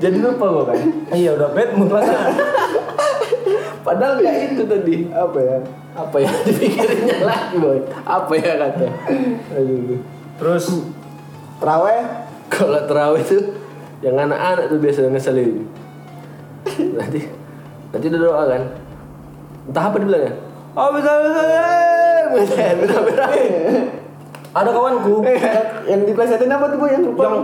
Speaker 1: jadi lupa gue kan iya udah bad mood lah
Speaker 3: padahal nggak itu tadi
Speaker 2: Apa ya?
Speaker 3: apa ya dipikirinnya lagi boy apa ya kata
Speaker 2: Aduh.
Speaker 1: terus
Speaker 2: Traweh?
Speaker 3: kalau terawih tuh yang anak-anak tuh biasa ngeselin nanti nanti udah doa kan entah apa dibilangnya oh bisa bisa bisa
Speaker 1: Eh,
Speaker 3: bisa bisa
Speaker 1: ada kawanku
Speaker 2: Eh, yang diplesetin apa tuh bu yang lupa?
Speaker 1: yang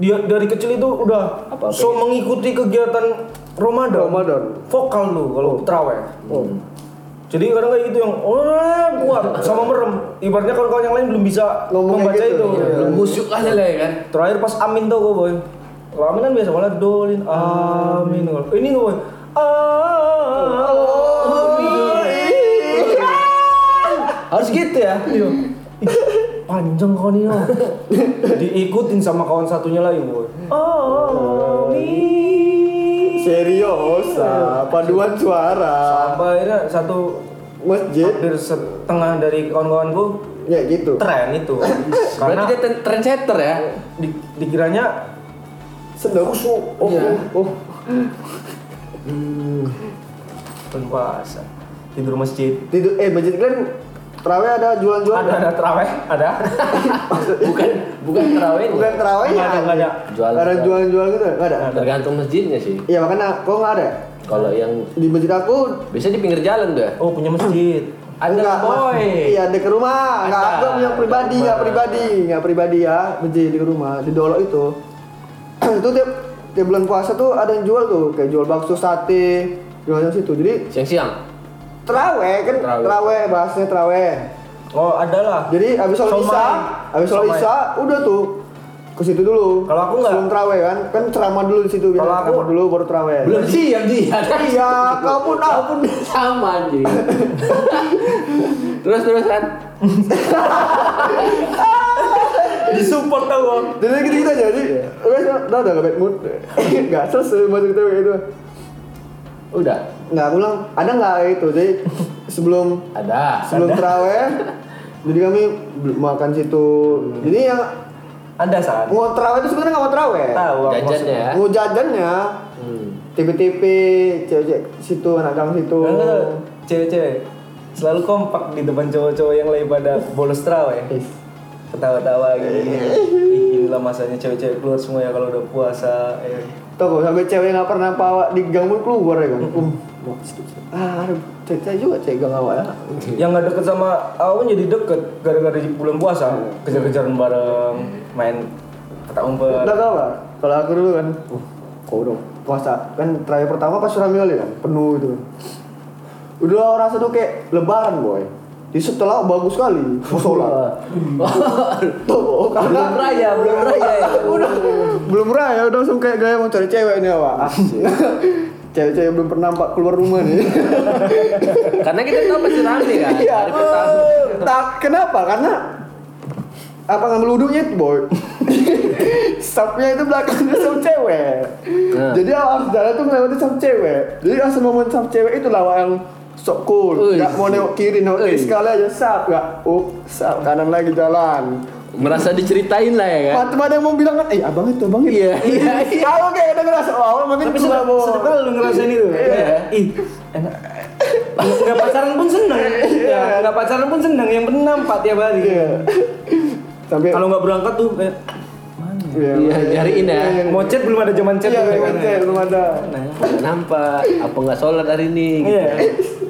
Speaker 1: dia dari kecil itu udah
Speaker 3: Apa-apa
Speaker 1: so mengikuti kegiatan Ramadan
Speaker 2: Ramadan.
Speaker 1: vokal lu kalau terawih
Speaker 2: Oh.
Speaker 1: jadi kadang kayak gitu yang oh kuat sama merem ibaratnya kalau kawan yang lain belum bisa
Speaker 2: Ngomongnya
Speaker 1: membaca
Speaker 2: gitu,
Speaker 1: itu
Speaker 2: iya.
Speaker 1: Belum.
Speaker 3: musyuk aja lah ya kan
Speaker 1: terakhir pas amin tuh gue boy kalau amin kan biasa malah dolin amin ini gue boy
Speaker 2: Oh,
Speaker 1: amin
Speaker 2: iya.
Speaker 3: harus gitu ya
Speaker 1: Iya. Ih, panjang Ah, kau nih Om. diikutin sama kawan satunya lagi boy oh, amin
Speaker 2: Seriosa, paduan suara,
Speaker 1: sampai akhirnya satu
Speaker 2: masjid,
Speaker 1: hampir setengah dari kawan-kawanku
Speaker 2: ya gitu.
Speaker 1: tren itu
Speaker 3: berarti
Speaker 1: karena
Speaker 3: dia tren- trendsetter ya
Speaker 1: di- dikiranya
Speaker 2: Sedang oh, oh,
Speaker 3: Iya.
Speaker 2: oh, oh.
Speaker 1: bulan puasa tidur masjid
Speaker 2: Tidur, eh masjid kalian terawih ada jualan-jualan?
Speaker 1: ada ada teraweh ada
Speaker 3: bukan bukan terawih
Speaker 2: Bukan terawihnya.
Speaker 1: Nggak ada, nggak ada.
Speaker 3: Jualan.
Speaker 2: Ada jualan-jualan gitu? Nggak ada.
Speaker 3: tergantung masjidnya sih
Speaker 2: Iya makanya, kok nggak ada?
Speaker 3: kalau yang
Speaker 2: Di masjid aku
Speaker 3: biasa di pinggir jalan tuh ya
Speaker 1: oh punya masjid
Speaker 3: ada
Speaker 2: nggak,
Speaker 3: boy
Speaker 2: Iya, ada ke rumah. Nggak,
Speaker 3: Ada.
Speaker 2: aku yang pribadi, nggak pribadi, nggak pribadi ya. Masjid di rumah, di Dolok itu. itu tiap tiap bulan puasa tuh ada yang jual tuh, kayak jual bakso sate, jualnya situ. Jadi
Speaker 3: siang-siang
Speaker 2: Teraweh kan
Speaker 3: Teraweh.
Speaker 2: teraweh bahasnya teraweh.
Speaker 1: oh ada lah
Speaker 2: Jadi habis sholat
Speaker 1: Somai.
Speaker 2: isya, habis sholat
Speaker 1: Somai.
Speaker 2: isya udah tuh ke situ dulu.
Speaker 1: Kalau aku nggak.
Speaker 2: sebelum teraweh kan, kan ceramah dulu di situ biar
Speaker 1: Kalau aku-
Speaker 2: ceramah dulu baru teraweh.
Speaker 3: belum siang dia
Speaker 2: Iya, kau pun aku pun.
Speaker 3: sama anjing terus terus kan
Speaker 1: disupport tau gua.
Speaker 2: Jadi gitu gitu aja, jadi wes udah udah nggak bad mood, nggak selesai masuk teraweh itu.
Speaker 3: udah
Speaker 2: Nggak aku bilang ada nggak itu, jadi sebelum
Speaker 3: ada
Speaker 2: sebelum teraweh, jadi kami bel- makan situ. Jadi yang
Speaker 1: ada saat
Speaker 2: mau teraweh itu sebenarnya nggak mau teraweh,
Speaker 1: tahu aku
Speaker 3: jajannya ya
Speaker 2: mau jajannya
Speaker 3: hmm.
Speaker 2: TP-TP, cewek-cewek situ, anak gang situ.
Speaker 1: maksud- Enggak, cewek-cewek selalu kompak di depan cowok-cowok yang lagi pada bolos teraweh
Speaker 2: Is.
Speaker 1: ketawa-tawa gitu Ih, inilah masanya cewek-cewek keluar semua ya kalau udah puasa eh.
Speaker 2: Tuh kok sampai cewek nggak pernah pawa di gang pun keluar ya kan. Um, mau situ. Ah, ada cewek juga cewek gang awal. ya.
Speaker 1: yang nggak deket sama Awan jadi deket gara-gara di bulan puasa kejar-kejaran bareng main petak umpet
Speaker 2: Udah kabar. Kalau aku dulu kan, uh, kau dong puasa kan terakhir pertama pas Suramioli kan penuh itu. Udah rasa tuh kayak lebaran boy. Di setelah bagus sekali musola. Tuh,
Speaker 3: belum
Speaker 2: karena
Speaker 3: raya belum raya ya
Speaker 2: udah belum raya udah langsung kayak gaya mau cari cewek nih awak cewek-cewek belum pernah nampak keluar rumah nih
Speaker 3: karena kita tahu pasti rame kan
Speaker 2: iya
Speaker 3: hari pertama
Speaker 2: tak kenapa karena apa ngambil wudhunya itu boy sapnya itu belakangnya sama cewek
Speaker 3: Nah.
Speaker 2: jadi awal jalan tuh melewati sama cewek jadi langsung momen sama cewek itu lawan yang sok cool
Speaker 3: Uish.
Speaker 2: nggak mau nengok kiri nengok kiri
Speaker 3: Uish.
Speaker 2: sekali aja sap nggak up sap kanan lagi jalan
Speaker 3: merasa diceritain lah ya kan
Speaker 2: Mati ada yang mau bilang kan, eh abang itu abang itu.
Speaker 3: Iya, iya, iya.
Speaker 2: Kalau kayak ada ngerasa, wah orang makin
Speaker 1: tapi
Speaker 2: tua
Speaker 1: sedap,
Speaker 2: boy.
Speaker 1: sedap banget lu ngerasain itu
Speaker 2: Iya.
Speaker 1: ih enak nggak pacaran pun seneng ya nggak pacaran pun seneng yang penting nampak tiap hari
Speaker 2: Iya. Sampai
Speaker 1: kalau nggak berangkat tuh kayak
Speaker 3: Iya, nyariin ya.
Speaker 1: mau chat belum ada zaman chat
Speaker 2: Iya,
Speaker 1: gitu kan.
Speaker 2: memang cewek belum ada.
Speaker 1: Nah, ya.
Speaker 3: Nggak nampak apa nggak sholat hari ini gitu.
Speaker 1: Iya.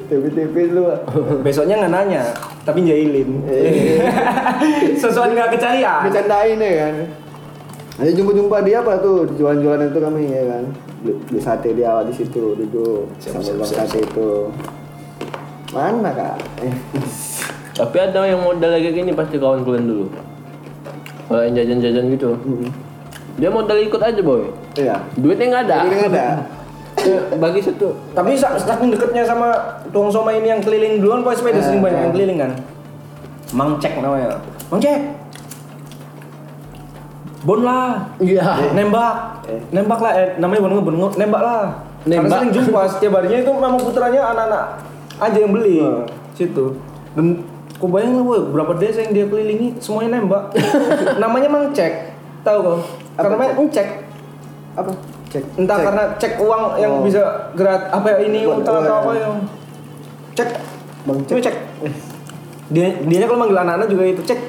Speaker 2: TV-TV lu. ah.
Speaker 1: besoknya nggak nanya tapi njailin sesuatu nggak kecarian
Speaker 2: Bercandain ya kan. Nanti jumpa-jumpa dia apa tuh di jualan-jualan itu kami ya kan. Beli, beli sate dia awal di situ duduk
Speaker 3: Siap,
Speaker 2: sambil
Speaker 3: siap,
Speaker 2: bang
Speaker 3: siap,
Speaker 2: sate itu. Mana kak? Eh,
Speaker 3: tapi ada yang modal kayak gini pasti kawan kalian dulu kalau yang jajan-jajan gitu dia modal ikut aja boy
Speaker 2: iya.
Speaker 3: duitnya nggak ada
Speaker 2: Jadi ada.
Speaker 4: Iya,
Speaker 3: bagi satu
Speaker 1: tapi sa- saking deketnya sama tuang soma ini yang keliling duluan pokoknya sepeda sering banyak yang keliling kan mangcek namanya mangcek bon lah
Speaker 2: Iya.
Speaker 1: Ah, nembak nembak lah eh, namanya bongo bongo nembak lah
Speaker 2: Nembak.
Speaker 1: karena sering jumpa setiap harinya itu memang putranya anak-anak aja yang beli
Speaker 2: Iya.
Speaker 1: situ dan kau bayangin lah woy, berapa desa yang dia kelilingi semuanya nembak namanya mang cek tahu kau
Speaker 2: Apa
Speaker 1: karena namanya cek
Speaker 2: Apa? Cek.
Speaker 1: entah
Speaker 2: Cek.
Speaker 1: karena cek uang yang
Speaker 2: Oh.
Speaker 1: bisa gerak apa ya, ini
Speaker 2: Buat
Speaker 1: utang atau
Speaker 2: uang.
Speaker 1: apa yang cek
Speaker 2: Bang
Speaker 1: cek cek dia dianya kalau manggil anak-anak juga itu cek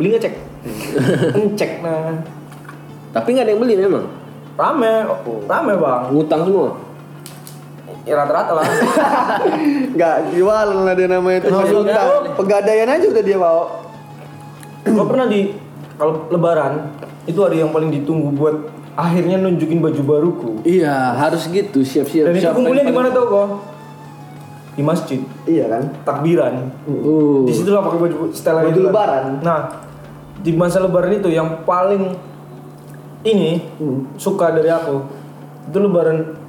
Speaker 1: beli nggak cek cek nah
Speaker 4: Tapi nggak ada yang beli memang.
Speaker 1: rame rame bang
Speaker 4: Ngutang semua.
Speaker 1: ya rata-rata lah
Speaker 2: Enggak jualan lah dia namanya itu.
Speaker 1: Nggak
Speaker 2: Masuk
Speaker 1: jualan.
Speaker 2: utang. Pegadaian aja udah dia bawa.
Speaker 1: gue pernah di kalau lebaran itu hari yang paling ditunggu buat akhirnya nunjukin baju baruku
Speaker 4: Iya, harus gitu siap-siap.
Speaker 1: dan itu
Speaker 4: siapa yang
Speaker 1: kumpulnya di
Speaker 4: paling-
Speaker 1: mana tau kok di masjid
Speaker 2: Iya kan?
Speaker 1: takbiran
Speaker 4: Oh.
Speaker 1: di situlah pakai baju setelan
Speaker 2: Baju
Speaker 1: itu kan.
Speaker 2: lebaran.
Speaker 1: nah di masa lebaran itu yang paling ini
Speaker 2: Hmm.
Speaker 1: suka dari aku itu lebaran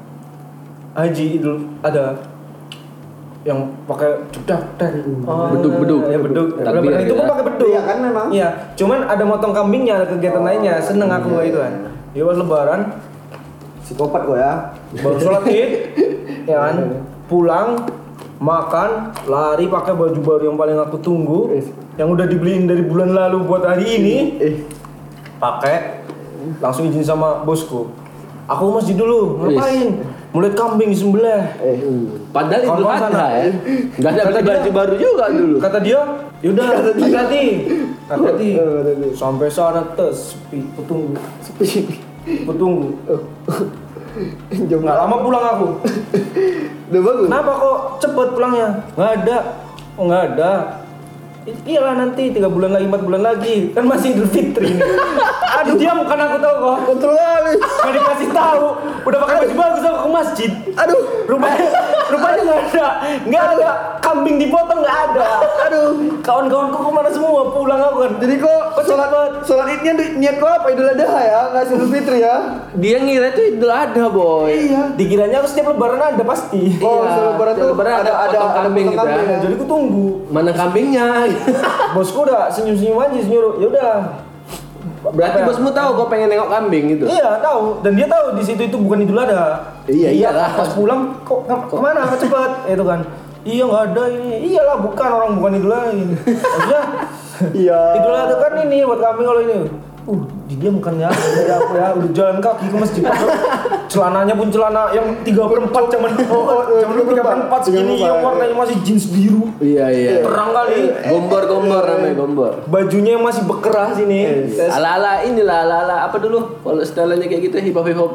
Speaker 1: haji idul ada yang pakai bedak dan
Speaker 2: Hmm.
Speaker 4: Beduk, beduk.
Speaker 1: ya beduk
Speaker 4: Takbir,
Speaker 1: lebaran itu pun
Speaker 4: ya.
Speaker 1: pakai beduk
Speaker 2: Iya kan memang. Oh,
Speaker 1: iya cuman ada motong kambingnya ada kegiatan lainnya seneng aku
Speaker 2: iya,
Speaker 1: itu kan ya pas lebaran
Speaker 2: Psikopat gua ya.
Speaker 1: baru sholat id ya kan pulang makan lari pakai baju baru yang paling aku tunggu
Speaker 2: Eh.
Speaker 1: yang udah dibeliin dari bulan lalu buat hari ini
Speaker 2: Eh,
Speaker 1: pakai langsung izin sama bosku aku ke masjid dulu ngapain mulai kambing disembelih
Speaker 2: eh.
Speaker 4: Padahal itu
Speaker 1: Kawan-kawan
Speaker 4: ada
Speaker 1: sana.
Speaker 4: ya. Enggak ada
Speaker 1: Kata
Speaker 4: beli
Speaker 1: dia-
Speaker 4: baju baru juga dulu.
Speaker 1: kata dia yaudah hati-hati hati-hati
Speaker 3: Iya.
Speaker 2: Eh, kata dia.
Speaker 1: sampai sana tes sepi petunggu
Speaker 2: Sepi. Oh.
Speaker 1: petunggu nggak
Speaker 2: Jumlah.
Speaker 1: lama pulang aku
Speaker 2: Udah bagus.
Speaker 1: Kenapa kok cepet pulangnya? Nggak ada. Oh, nggak ada. I- Iyalah nanti tiga bulan lagi empat bulan lagi kan masih Idul Fitri ini. Aduh diam kan aku tahu kok.
Speaker 2: Kontrol habis.
Speaker 1: Gak dikasih tahu. Udah pakai baju bagus aku ke masjid.
Speaker 2: Aduh.
Speaker 1: Rupanya rupanya nggak ada. Nggak ada. Kambing dipotong nggak ada.
Speaker 2: Aduh.
Speaker 1: Kawan-kawanku kemana semua? Pulang aku kan.
Speaker 2: Jadi kok sholat sholat idnya di- niat kok apa Idul Adha ya, nggak Idul Fitri ya?
Speaker 4: Dia ngira itu Idul Adha, boy.
Speaker 2: Iya.
Speaker 1: Dikiranya aku setiap lebaran ada pasti.
Speaker 2: Oh,
Speaker 4: Iya,
Speaker 2: iya, lebaran
Speaker 4: setiap
Speaker 2: tuh
Speaker 4: lebaran
Speaker 2: ada
Speaker 4: ada
Speaker 2: ada
Speaker 4: potong
Speaker 2: ada
Speaker 4: kambing gitu
Speaker 2: potong
Speaker 4: ya.
Speaker 2: kambing.
Speaker 1: Jadi aku tunggu.
Speaker 4: Mana kambingnya?
Speaker 1: Bosku udah senyum-senyum aja nyuruh. Ya udah, ya?
Speaker 4: Berarti bosmu tahu kau pengen nengok kambing gitu.
Speaker 1: Iya tahu dan dia tahu di situ itu bukan Idul Adha.
Speaker 4: Iya, iyalah.
Speaker 1: Pas pulang kok ke- kemana kok cepet itu kan. Iya nggak ada ini. Iyalah bukan orang bukan Idul Adha ini. Maksudnya
Speaker 2: Iya.
Speaker 1: Idul Adha kan ini buat kami kalau ini. Uh, didiamkan ya, nggak ada apa ya, udah jalan kaki ke masjid. Celananya pun celana yang 3 per 4 zaman dulu.
Speaker 2: Oh, oh,
Speaker 1: Zaman dulu 3 per 4 segini
Speaker 2: 3/4.
Speaker 1: yang warnanya masih jeans biru.
Speaker 4: Iya, iya.
Speaker 1: Terang kali. Eh.
Speaker 4: Gombor-gombor namanya gombor.
Speaker 1: Bajunya yang masih bekerah sini.
Speaker 4: Ala-ala inilah ala-ala apa dulu? Kalau stylenya kayak gitu hip hop hip hop.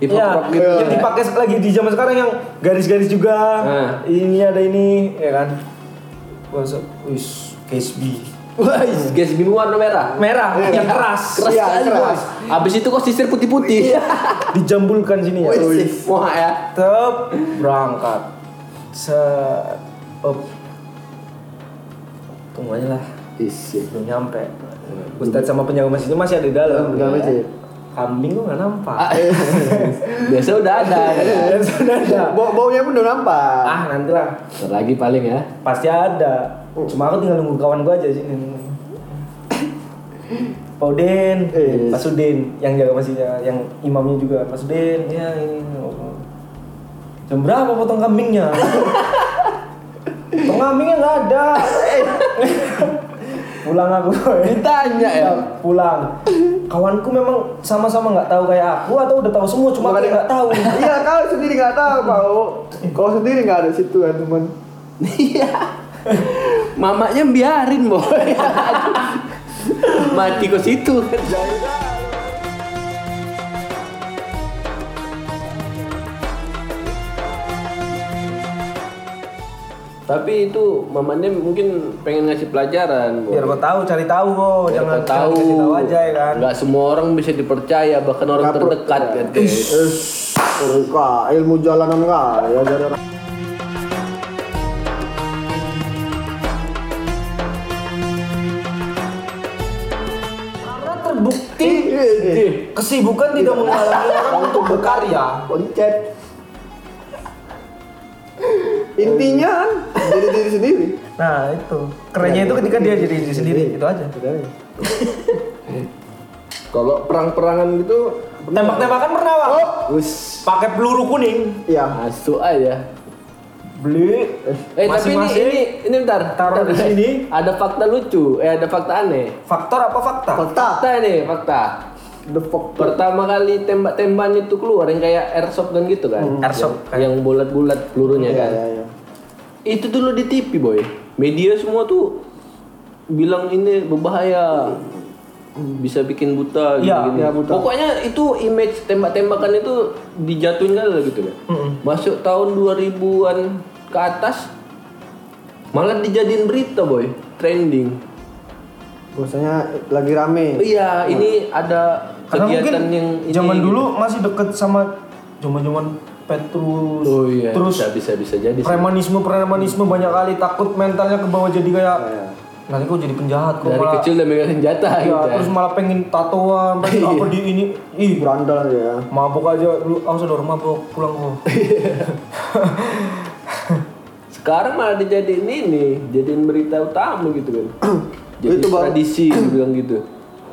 Speaker 4: Hip hop
Speaker 1: Iya,
Speaker 4: rock gitu.
Speaker 1: yang dipakai lagi di zaman sekarang yang garis-garis juga.
Speaker 4: Nah.
Speaker 1: Ini ada ini, ya kan. Masuk, wis, Gatsby.
Speaker 4: Wah, guys, bimu warna merah.
Speaker 1: Merah, yang keras. Iya.
Speaker 4: Keras
Speaker 2: Iya,
Speaker 4: sekali,
Speaker 2: keras.
Speaker 4: Boy. Abis itu kok sisir putih-putih.
Speaker 1: Dijambulkan sini ya.
Speaker 2: Wih.
Speaker 4: Wah ya.
Speaker 1: Tep, berangkat. Se... Up. Tunggu aja lah,
Speaker 2: Isi.
Speaker 1: belum nyampe. Ustadz sama penjaga masjidnya masih ada di dalam.
Speaker 2: Penjaga Iya, masjid.
Speaker 4: Iya.
Speaker 1: Kambing tuh nggak nampak.
Speaker 4: Ah, Biasa udah ada. kan?
Speaker 1: Dan sudah ada.
Speaker 2: Bau baunya pun udah nampak.
Speaker 1: Ah, nantilah.
Speaker 4: Bentar Lagi paling ya.
Speaker 1: pasti ada cuma aku tinggal nunggu kawan gue aja sini Pauden,
Speaker 2: Eh.
Speaker 1: Pak Sudin yang jaga masjidnya, yang imamnya juga Pak Sudin, ya ini. oh. Jam berapa potong kambingnya? potong kambingnya nggak ada. pulang aku,
Speaker 4: Eh.
Speaker 1: Iya,
Speaker 4: Ditanya ya.
Speaker 1: pulang. Kawanku memang sama-sama nggak tahu kayak aku atau udah tahu semua cuma aku
Speaker 4: ya?
Speaker 2: Makanya-
Speaker 1: nggak tahu.
Speaker 2: iya, kau sendiri nggak tahu bau. Kau sendiri nggak ada situ kan teman.
Speaker 4: Iya. Mamanya biarin, boy. Mati ke situ. Tapi itu mamanya mungkin pengen ngasih pelajaran, Boy.
Speaker 1: Biar kau tahu, cari tahu kok,
Speaker 4: Biar
Speaker 1: jangan
Speaker 4: kau
Speaker 1: jangan kasih tahu aja ya kan.
Speaker 4: Nggak semua orang bisa dipercaya, bahkan orang
Speaker 2: Nggak perlu-
Speaker 4: terdekat kan,
Speaker 1: Iya.
Speaker 4: guys.
Speaker 2: Eh, kak ilmu jalanan kak ya jalanan.
Speaker 1: Karena terbukti
Speaker 2: Ih,
Speaker 1: kesibukan tidak menghalangi orang untuk berkarya.
Speaker 2: Pencet. Intinya kan jadi diri sendiri.
Speaker 1: gitu Nah itu kerennya itu ketika dia jadi diri sendiri itu aja.
Speaker 2: Kalau perang-perangan gitu
Speaker 1: Tembak-tembakan pernah, Pak?
Speaker 2: Wus,
Speaker 1: Pakai peluru kuning.
Speaker 2: ya.
Speaker 3: Masuk aja.
Speaker 1: Beli.
Speaker 3: Eh tapi ini,
Speaker 1: Masing-masing.
Speaker 3: ini ini bentar.
Speaker 1: Taruh di
Speaker 3: Bentar.
Speaker 1: sini.
Speaker 3: Ada fakta lucu. Eh ada fakta aneh.
Speaker 1: Faktor apa fakta?
Speaker 2: Fakta.
Speaker 3: Fakta ini fakta.
Speaker 2: The fuck.
Speaker 3: Pertama kali tembak-tembakan itu keluar yang kayak airsoft gun gitu kan.
Speaker 1: Airsoft
Speaker 3: Yang, yang bulat-bulat pelurunya
Speaker 2: Iya,
Speaker 3: kan.
Speaker 2: iya, iya.
Speaker 3: Itu dulu di TV boy. Media semua tuh bilang ini berbahaya. Bisa bikin buta
Speaker 1: Iya,
Speaker 3: gini-gini.
Speaker 2: iya, buta.
Speaker 3: Pokoknya itu image tembak-tembakan itu dijatuhin kali lah gitu kan.
Speaker 1: Mm-mm.
Speaker 3: Masuk tahun 2000-an ke atas malah dijadiin berita boy, trending.
Speaker 2: Biasanya lagi rame.
Speaker 3: Iya, ini ada
Speaker 1: Karena mungkin
Speaker 3: kegiatan yang ini
Speaker 1: zaman
Speaker 3: gitu.
Speaker 1: dulu masih deket sama zaman-zaman Petrus.
Speaker 3: Oh iya,
Speaker 1: Terus
Speaker 3: bisa bisa bisa jadi. sih.
Speaker 1: premanisme premanisme banyak kali takut mentalnya ke bawah jadi kayak
Speaker 2: Iya.
Speaker 1: nanti kok jadi penjahat kok
Speaker 3: Dari
Speaker 1: malah
Speaker 3: kecil udah megang senjata
Speaker 1: Iya,
Speaker 3: gitu. ya.
Speaker 1: terus malah pengen tatoan, pengen apa di ini. Ih,
Speaker 2: Berandal ya.
Speaker 1: mabok aja lu. Ah, saudara mabok, pulang kok.
Speaker 3: Sekarang malah dijadiin ini, jadiin berita utama gitu kan. jadi
Speaker 2: Itu baru-
Speaker 3: tradisi bilang gitu.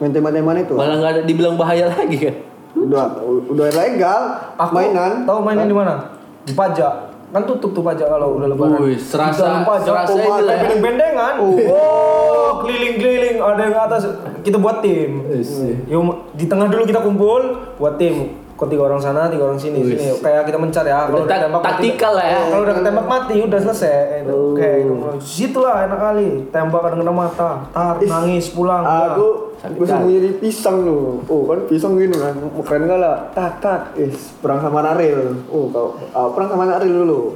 Speaker 2: Main teman-teman itu.
Speaker 3: Malah nggak ada dibilang bahaya lagi kan.
Speaker 2: Udah udah legal
Speaker 1: Aku
Speaker 2: mainan.
Speaker 1: Tahu mainan di mana? Di pajak. Kan tutup tuh pajak kalau udah lebaran.
Speaker 3: Wih, serasa-
Speaker 1: Di dalam pajak,
Speaker 3: serasa
Speaker 1: oh,
Speaker 3: ini lah ya.
Speaker 1: Bendeng-bendengan.
Speaker 2: Uh.
Speaker 1: Oh, keliling-keliling ada yang ke atas. Kita buat tim.
Speaker 3: Iya.
Speaker 1: Yuk, di tengah dulu kita kumpul buat tim. Kok tiga orang sana, tiga orang sini, sini. Yuk, Kayak kita mencar ya. Kalau
Speaker 3: Udah tak-
Speaker 1: ketembak mati-
Speaker 3: taktikal lah ya.
Speaker 1: Kalau udah ketembak mati, udah selesai.
Speaker 2: Uh.
Speaker 1: Kayak gitu. situ lah enak kali. Tembak ada kena mata, tar, nangis pulang.
Speaker 2: Aku
Speaker 3: Sakit
Speaker 2: gue sembunyi di pisang lu. Oh kan pisang gini kan keren gak lah. Tak tak is perang sama Naril. Oh kau ah, perang sama Naril dulu.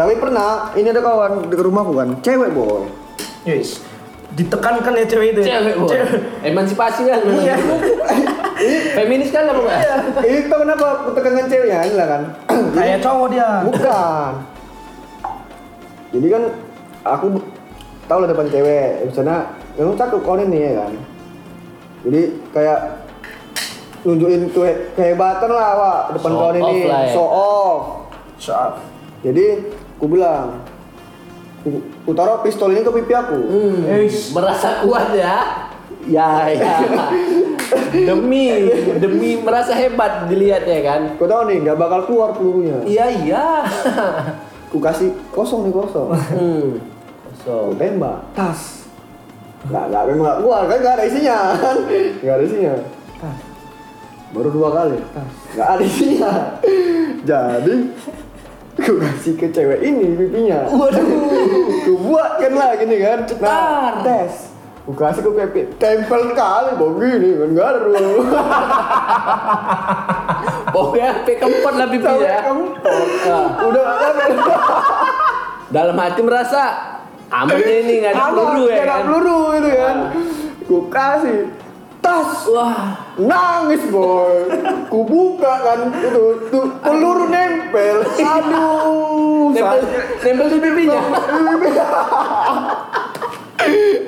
Speaker 2: Tapi pernah ini ada kawan dekat rumahku kan cewek boy.
Speaker 1: Yes. Ditekankan ya cewek itu. ya.
Speaker 3: Cewek boy. Emansipasi kan memang. gitu. Feminis kan apa enggak?
Speaker 2: ini tau kenapa ketegangan ceweknya ini lah kan.
Speaker 1: Kayak cowok dia.
Speaker 2: Bukan. Jadi kan aku tahu lah depan cewek, misalnya memang cakep kau ini ya kan. Jadi kayak nunjukin ke- kehebatan lah Wak, depan
Speaker 3: Show
Speaker 2: kau ini,
Speaker 3: off lah ya.
Speaker 2: show off.
Speaker 1: Siap.
Speaker 2: Jadi ku bilang, ku, ku taruh pistol ini ke pipi aku.
Speaker 3: Hmm.
Speaker 1: Eish.
Speaker 3: Merasa kuat ya. Ya, ya. demi demi merasa hebat dilihatnya kan.
Speaker 2: Kau tahu nih, nggak bakal keluar pelurunya.
Speaker 3: Iya, iya.
Speaker 2: Ku kasih kosong nih kosong.
Speaker 3: hmm.
Speaker 2: Aku
Speaker 3: So,
Speaker 2: tembak tas nggak nggak memang nggak keluar kan nggak ada isinya kan nggak ada isinya tas baru dua kali tas nggak ada isinya jadi aku kasih ke cewek ini pipinya waduh aku buat kan lah gini kan
Speaker 3: Cetar.
Speaker 2: tes aku kasih ke pipi tempel kali begini kan nggak ada ruang
Speaker 3: pokoknya sampai kempot lah pipinya. ya. Ah.
Speaker 2: udah kan? nggak ada
Speaker 3: dalam hati merasa amannya ini nggak ada peluru ya
Speaker 2: nggak ada
Speaker 3: kan
Speaker 2: peluru gitu kan aku kasih tas
Speaker 3: wah
Speaker 2: nangis boy ku buka kan itu tuh peluru nempel aduh
Speaker 3: nempel
Speaker 2: sakit.
Speaker 3: nempel di pipinya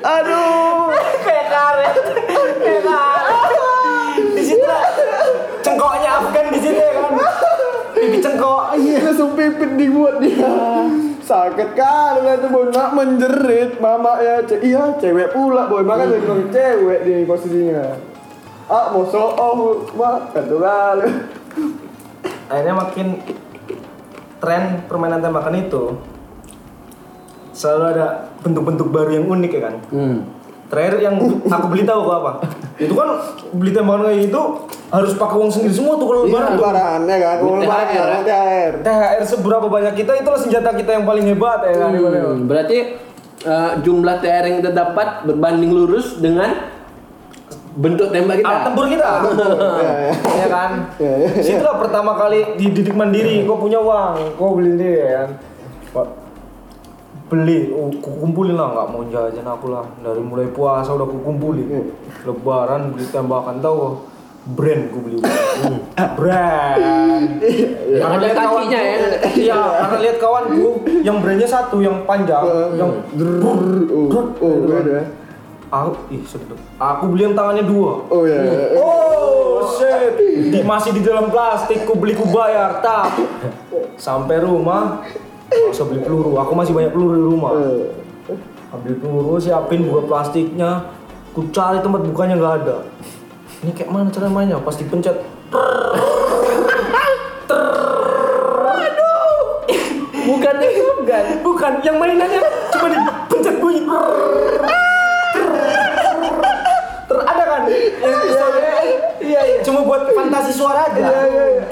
Speaker 2: aduh
Speaker 1: kayak karet kayak karet di situ lah cengkoknya Afgan di situ ya kan pipi cengkok
Speaker 2: iya langsung pipit dibuat dia sakit kali lah tuh boy nak menjerit mama ya ce- iya cewek pula boy makanya dia bilang cewek di posisinya ah mau show off mah kata kan kali
Speaker 1: akhirnya makin tren permainan tembakan itu selalu ada bentuk-bentuk baru yang unik ya kan
Speaker 3: hmm.
Speaker 1: terakhir yang aku beli tahu kok apa itu kan beli tembakan kayak itu harus pakai uang sendiri semua tuh kalau lebaran tuh.
Speaker 2: lebaran ya kan mau
Speaker 3: Duit
Speaker 2: lebaran
Speaker 3: THR, ya?
Speaker 2: ya THR
Speaker 1: THR seberapa banyak kita itulah senjata kita yang paling hebat ya kan
Speaker 3: Hmm, berarti eh, jumlah TR yang kita dapat berbanding lurus dengan bentuk tembak
Speaker 1: alat
Speaker 3: kita
Speaker 1: tempur kita
Speaker 2: Ya, ya.
Speaker 1: ya kan
Speaker 2: Iya, iya, iya. Hmm.
Speaker 1: situlah pertama kali dididik mandiri kau punya uang kau beli ini ya kan Wah, beli oh, ku kumpulin lah nggak mau jajan aku lah dari mulai puasa udah ku
Speaker 2: Hmm.
Speaker 1: kumpulin lebaran beli tembakan tahu brand ku beli
Speaker 2: Hmm.
Speaker 1: brand
Speaker 2: Iya.
Speaker 3: Yang
Speaker 1: Karena
Speaker 3: ada
Speaker 1: lihat kawan-
Speaker 3: kakinya ya, yang ada
Speaker 1: iya karena lihat kawanku yang brandnya satu yang panjang yang
Speaker 2: Hmm. oh, oh beda
Speaker 1: aku ih sedep aku beli yang tangannya dua
Speaker 2: oh ya ya, ya.
Speaker 1: Oh, shit. Di, masih di dalam plastik, ku beli ku bayar, tak. Sampai rumah, langsung beli peluru. Aku masih banyak peluru di rumah.
Speaker 2: Eh.
Speaker 1: Ambil peluru, siapin buka plastiknya. Ku cari tempat bukanya nggak ada. ini kayak mana cara mainnya pas dipencet
Speaker 4: Bukan
Speaker 3: ya,
Speaker 4: itu bukan.
Speaker 1: bukan yang mainannya cuma dipencet bunyi Ter- ada kan yang soalnya
Speaker 2: Iya iya.
Speaker 1: cuma buat fantasi suara aja
Speaker 2: Iya, iya, iya.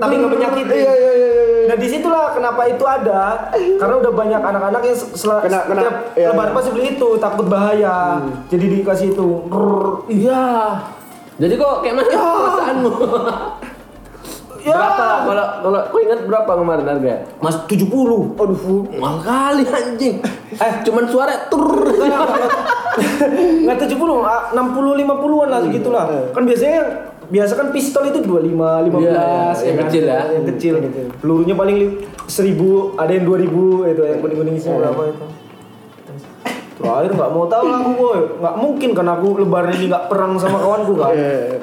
Speaker 1: tapi nggak menyakiti
Speaker 2: Iya iya iya. iya.
Speaker 1: Nah disitulah kenapa itu ada karena udah banyak anak-anak yang sel-
Speaker 2: Kena- kena-
Speaker 1: setiap
Speaker 2: iya,
Speaker 1: lebaran
Speaker 2: iya. Hmm.
Speaker 1: pasti beli itu takut bahaya jadi dikasih itu
Speaker 4: Iya. Jadi kok kayak mana perasaanmu? Berapa? Kalau kalau kau ingat berapa kemarin harga?
Speaker 1: Mas 70
Speaker 2: Aduh.
Speaker 4: Mahal kali anjing. Eh, cuman suara tur.
Speaker 1: Nggak 70, ah, 60 50-an lah
Speaker 4: Hmm.
Speaker 1: segitulah.
Speaker 4: Eh.
Speaker 1: Kan biasanya biasa kan pistol itu 25 15
Speaker 4: Iya, yang
Speaker 1: kan?
Speaker 4: kecil ya.
Speaker 1: Yang kecil. Pelurunya paling li- 1000, ada yang 2000 itu yang kuning-kuning
Speaker 4: Iya.
Speaker 1: isinya berapa itu. Terakhir nggak mau tahu aku boy, nggak mungkin kan aku lebaran ini nggak perang sama kawanku kan.
Speaker 4: Iya.
Speaker 2: Eh,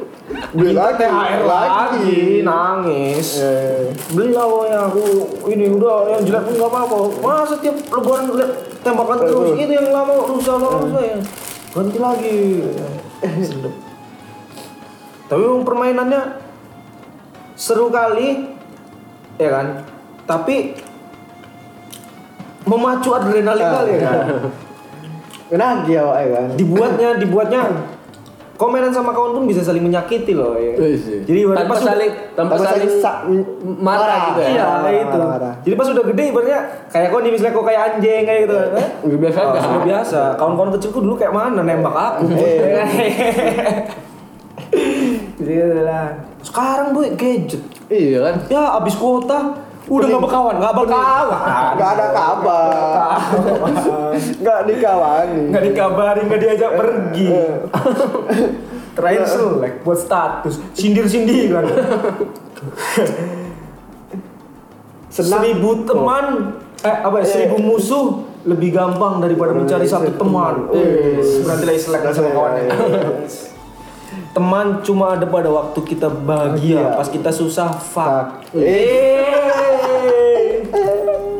Speaker 2: Beli lagi,
Speaker 1: THR lagi, nangis.
Speaker 4: Iya.
Speaker 2: Eh,
Speaker 1: beli lah woy, ya, aku ini udah yang jelek pun nggak apa-apa masa tiap lebaran lihat tembakan terus
Speaker 2: Betul.
Speaker 1: itu yang lama rusak lama rusak ya ganti lagi Sedep. tapi emang permainannya seru kali ya kan tapi memacu adrenalin
Speaker 2: Ah,
Speaker 1: kali ya kan
Speaker 2: Kenagi ya Wak, ya kan.
Speaker 1: dibuatnya dibuatnya komenan sama kawan pun bisa saling menyakiti loh ya
Speaker 3: Iya
Speaker 1: jadi
Speaker 4: Iya
Speaker 1: ibaratnya
Speaker 4: tanpa
Speaker 1: pas udah-
Speaker 4: saling tanpa saling
Speaker 2: sa-
Speaker 4: marah gitu ya.
Speaker 1: Iya
Speaker 2: Marah,
Speaker 1: itu.
Speaker 2: marah, marah.
Speaker 1: Jadi pas udah gede ibaratnya kayak kau nih misalnya kau kayak anjing kayak gitu.
Speaker 2: Iya.
Speaker 1: Eh,
Speaker 4: Udah biasa
Speaker 1: Oh,
Speaker 4: kan?
Speaker 1: sudah biasa. Kawan-kawan kecilku dulu kayak mana nembak aku.
Speaker 2: Eh.
Speaker 1: Gitu lah. Sekarang boy gadget.
Speaker 4: Iya kan?
Speaker 1: Ya abis kuota udah nggak berkawan, nggak berkawan.
Speaker 2: Gak ada kabar. Gak dikawani.
Speaker 1: Nggak dikabarin, nggak diajak pergi. Terakhir selek buat status, sindir-sindiran.
Speaker 2: Senang.
Speaker 1: seribu teman, eh apa ya, seribu musuh lebih gampang daripada mencari satu
Speaker 2: Oh,
Speaker 1: teman.
Speaker 2: iya.
Speaker 1: Eh, Berarti lagi selek Eh. sama kawannya. Teman cuma ada pada waktu kita bahagia,
Speaker 2: Bahagia.
Speaker 1: pas kita susah fuck.
Speaker 2: Iya. Fuck. Eh.
Speaker 1: Eh.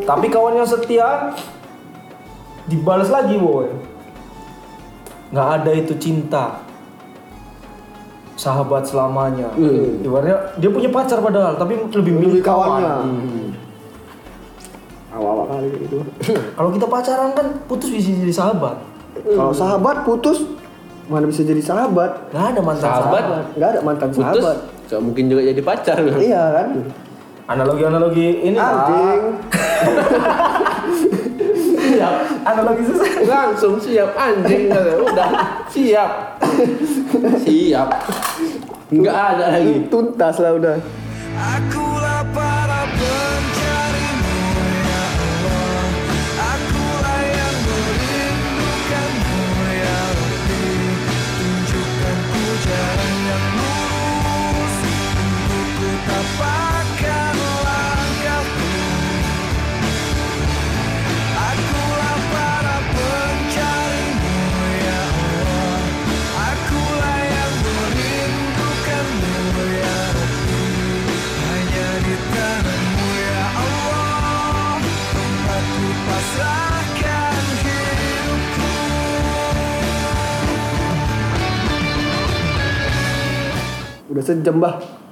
Speaker 1: Tapi kawan yang setia dibalas lagi, boy. Nggak ada itu cinta. Sahabat selamanya. Ibaratnya dia punya pacar padahal, tapi lebih
Speaker 2: Iya. Lebih
Speaker 1: milih
Speaker 2: kawannya.
Speaker 1: kawan. Hmm.
Speaker 2: Awal-awal kali kayak gitu.
Speaker 1: Kalau kita pacaran kan putus bisa jadi sahabat.
Speaker 2: Kalau sahabat putus, mana bisa jadi sahabat?
Speaker 1: Nggak ada mantan sahabat.
Speaker 4: Sahabat.
Speaker 2: Gak ada mantan
Speaker 4: Putus.
Speaker 2: sahabat.
Speaker 4: Gak mungkin juga jadi pacar.
Speaker 2: Iya kan?
Speaker 1: Analogi-analogi ini
Speaker 4: Ah,
Speaker 1: lah.
Speaker 2: Anjing.
Speaker 4: Siap.
Speaker 1: Analogi susah.
Speaker 4: Langsung siap anjing gitu. udah siap. Siap. Enggak ada lagi.
Speaker 2: Tuntas lah udah.
Speaker 5: Akulah para pencarimu ya Allah Akulah yang merindukanmu ya Rabbi Tunjukkan ku jalan yang lurus Untuk ku tapakkan langkahku Akulah para pencarimu ya Allah Akulah yang merindukanmu ya Rabbi hanya di tanganmu ya Allah Tempat ku pasrahkan hidupku
Speaker 2: Udah sejam bah.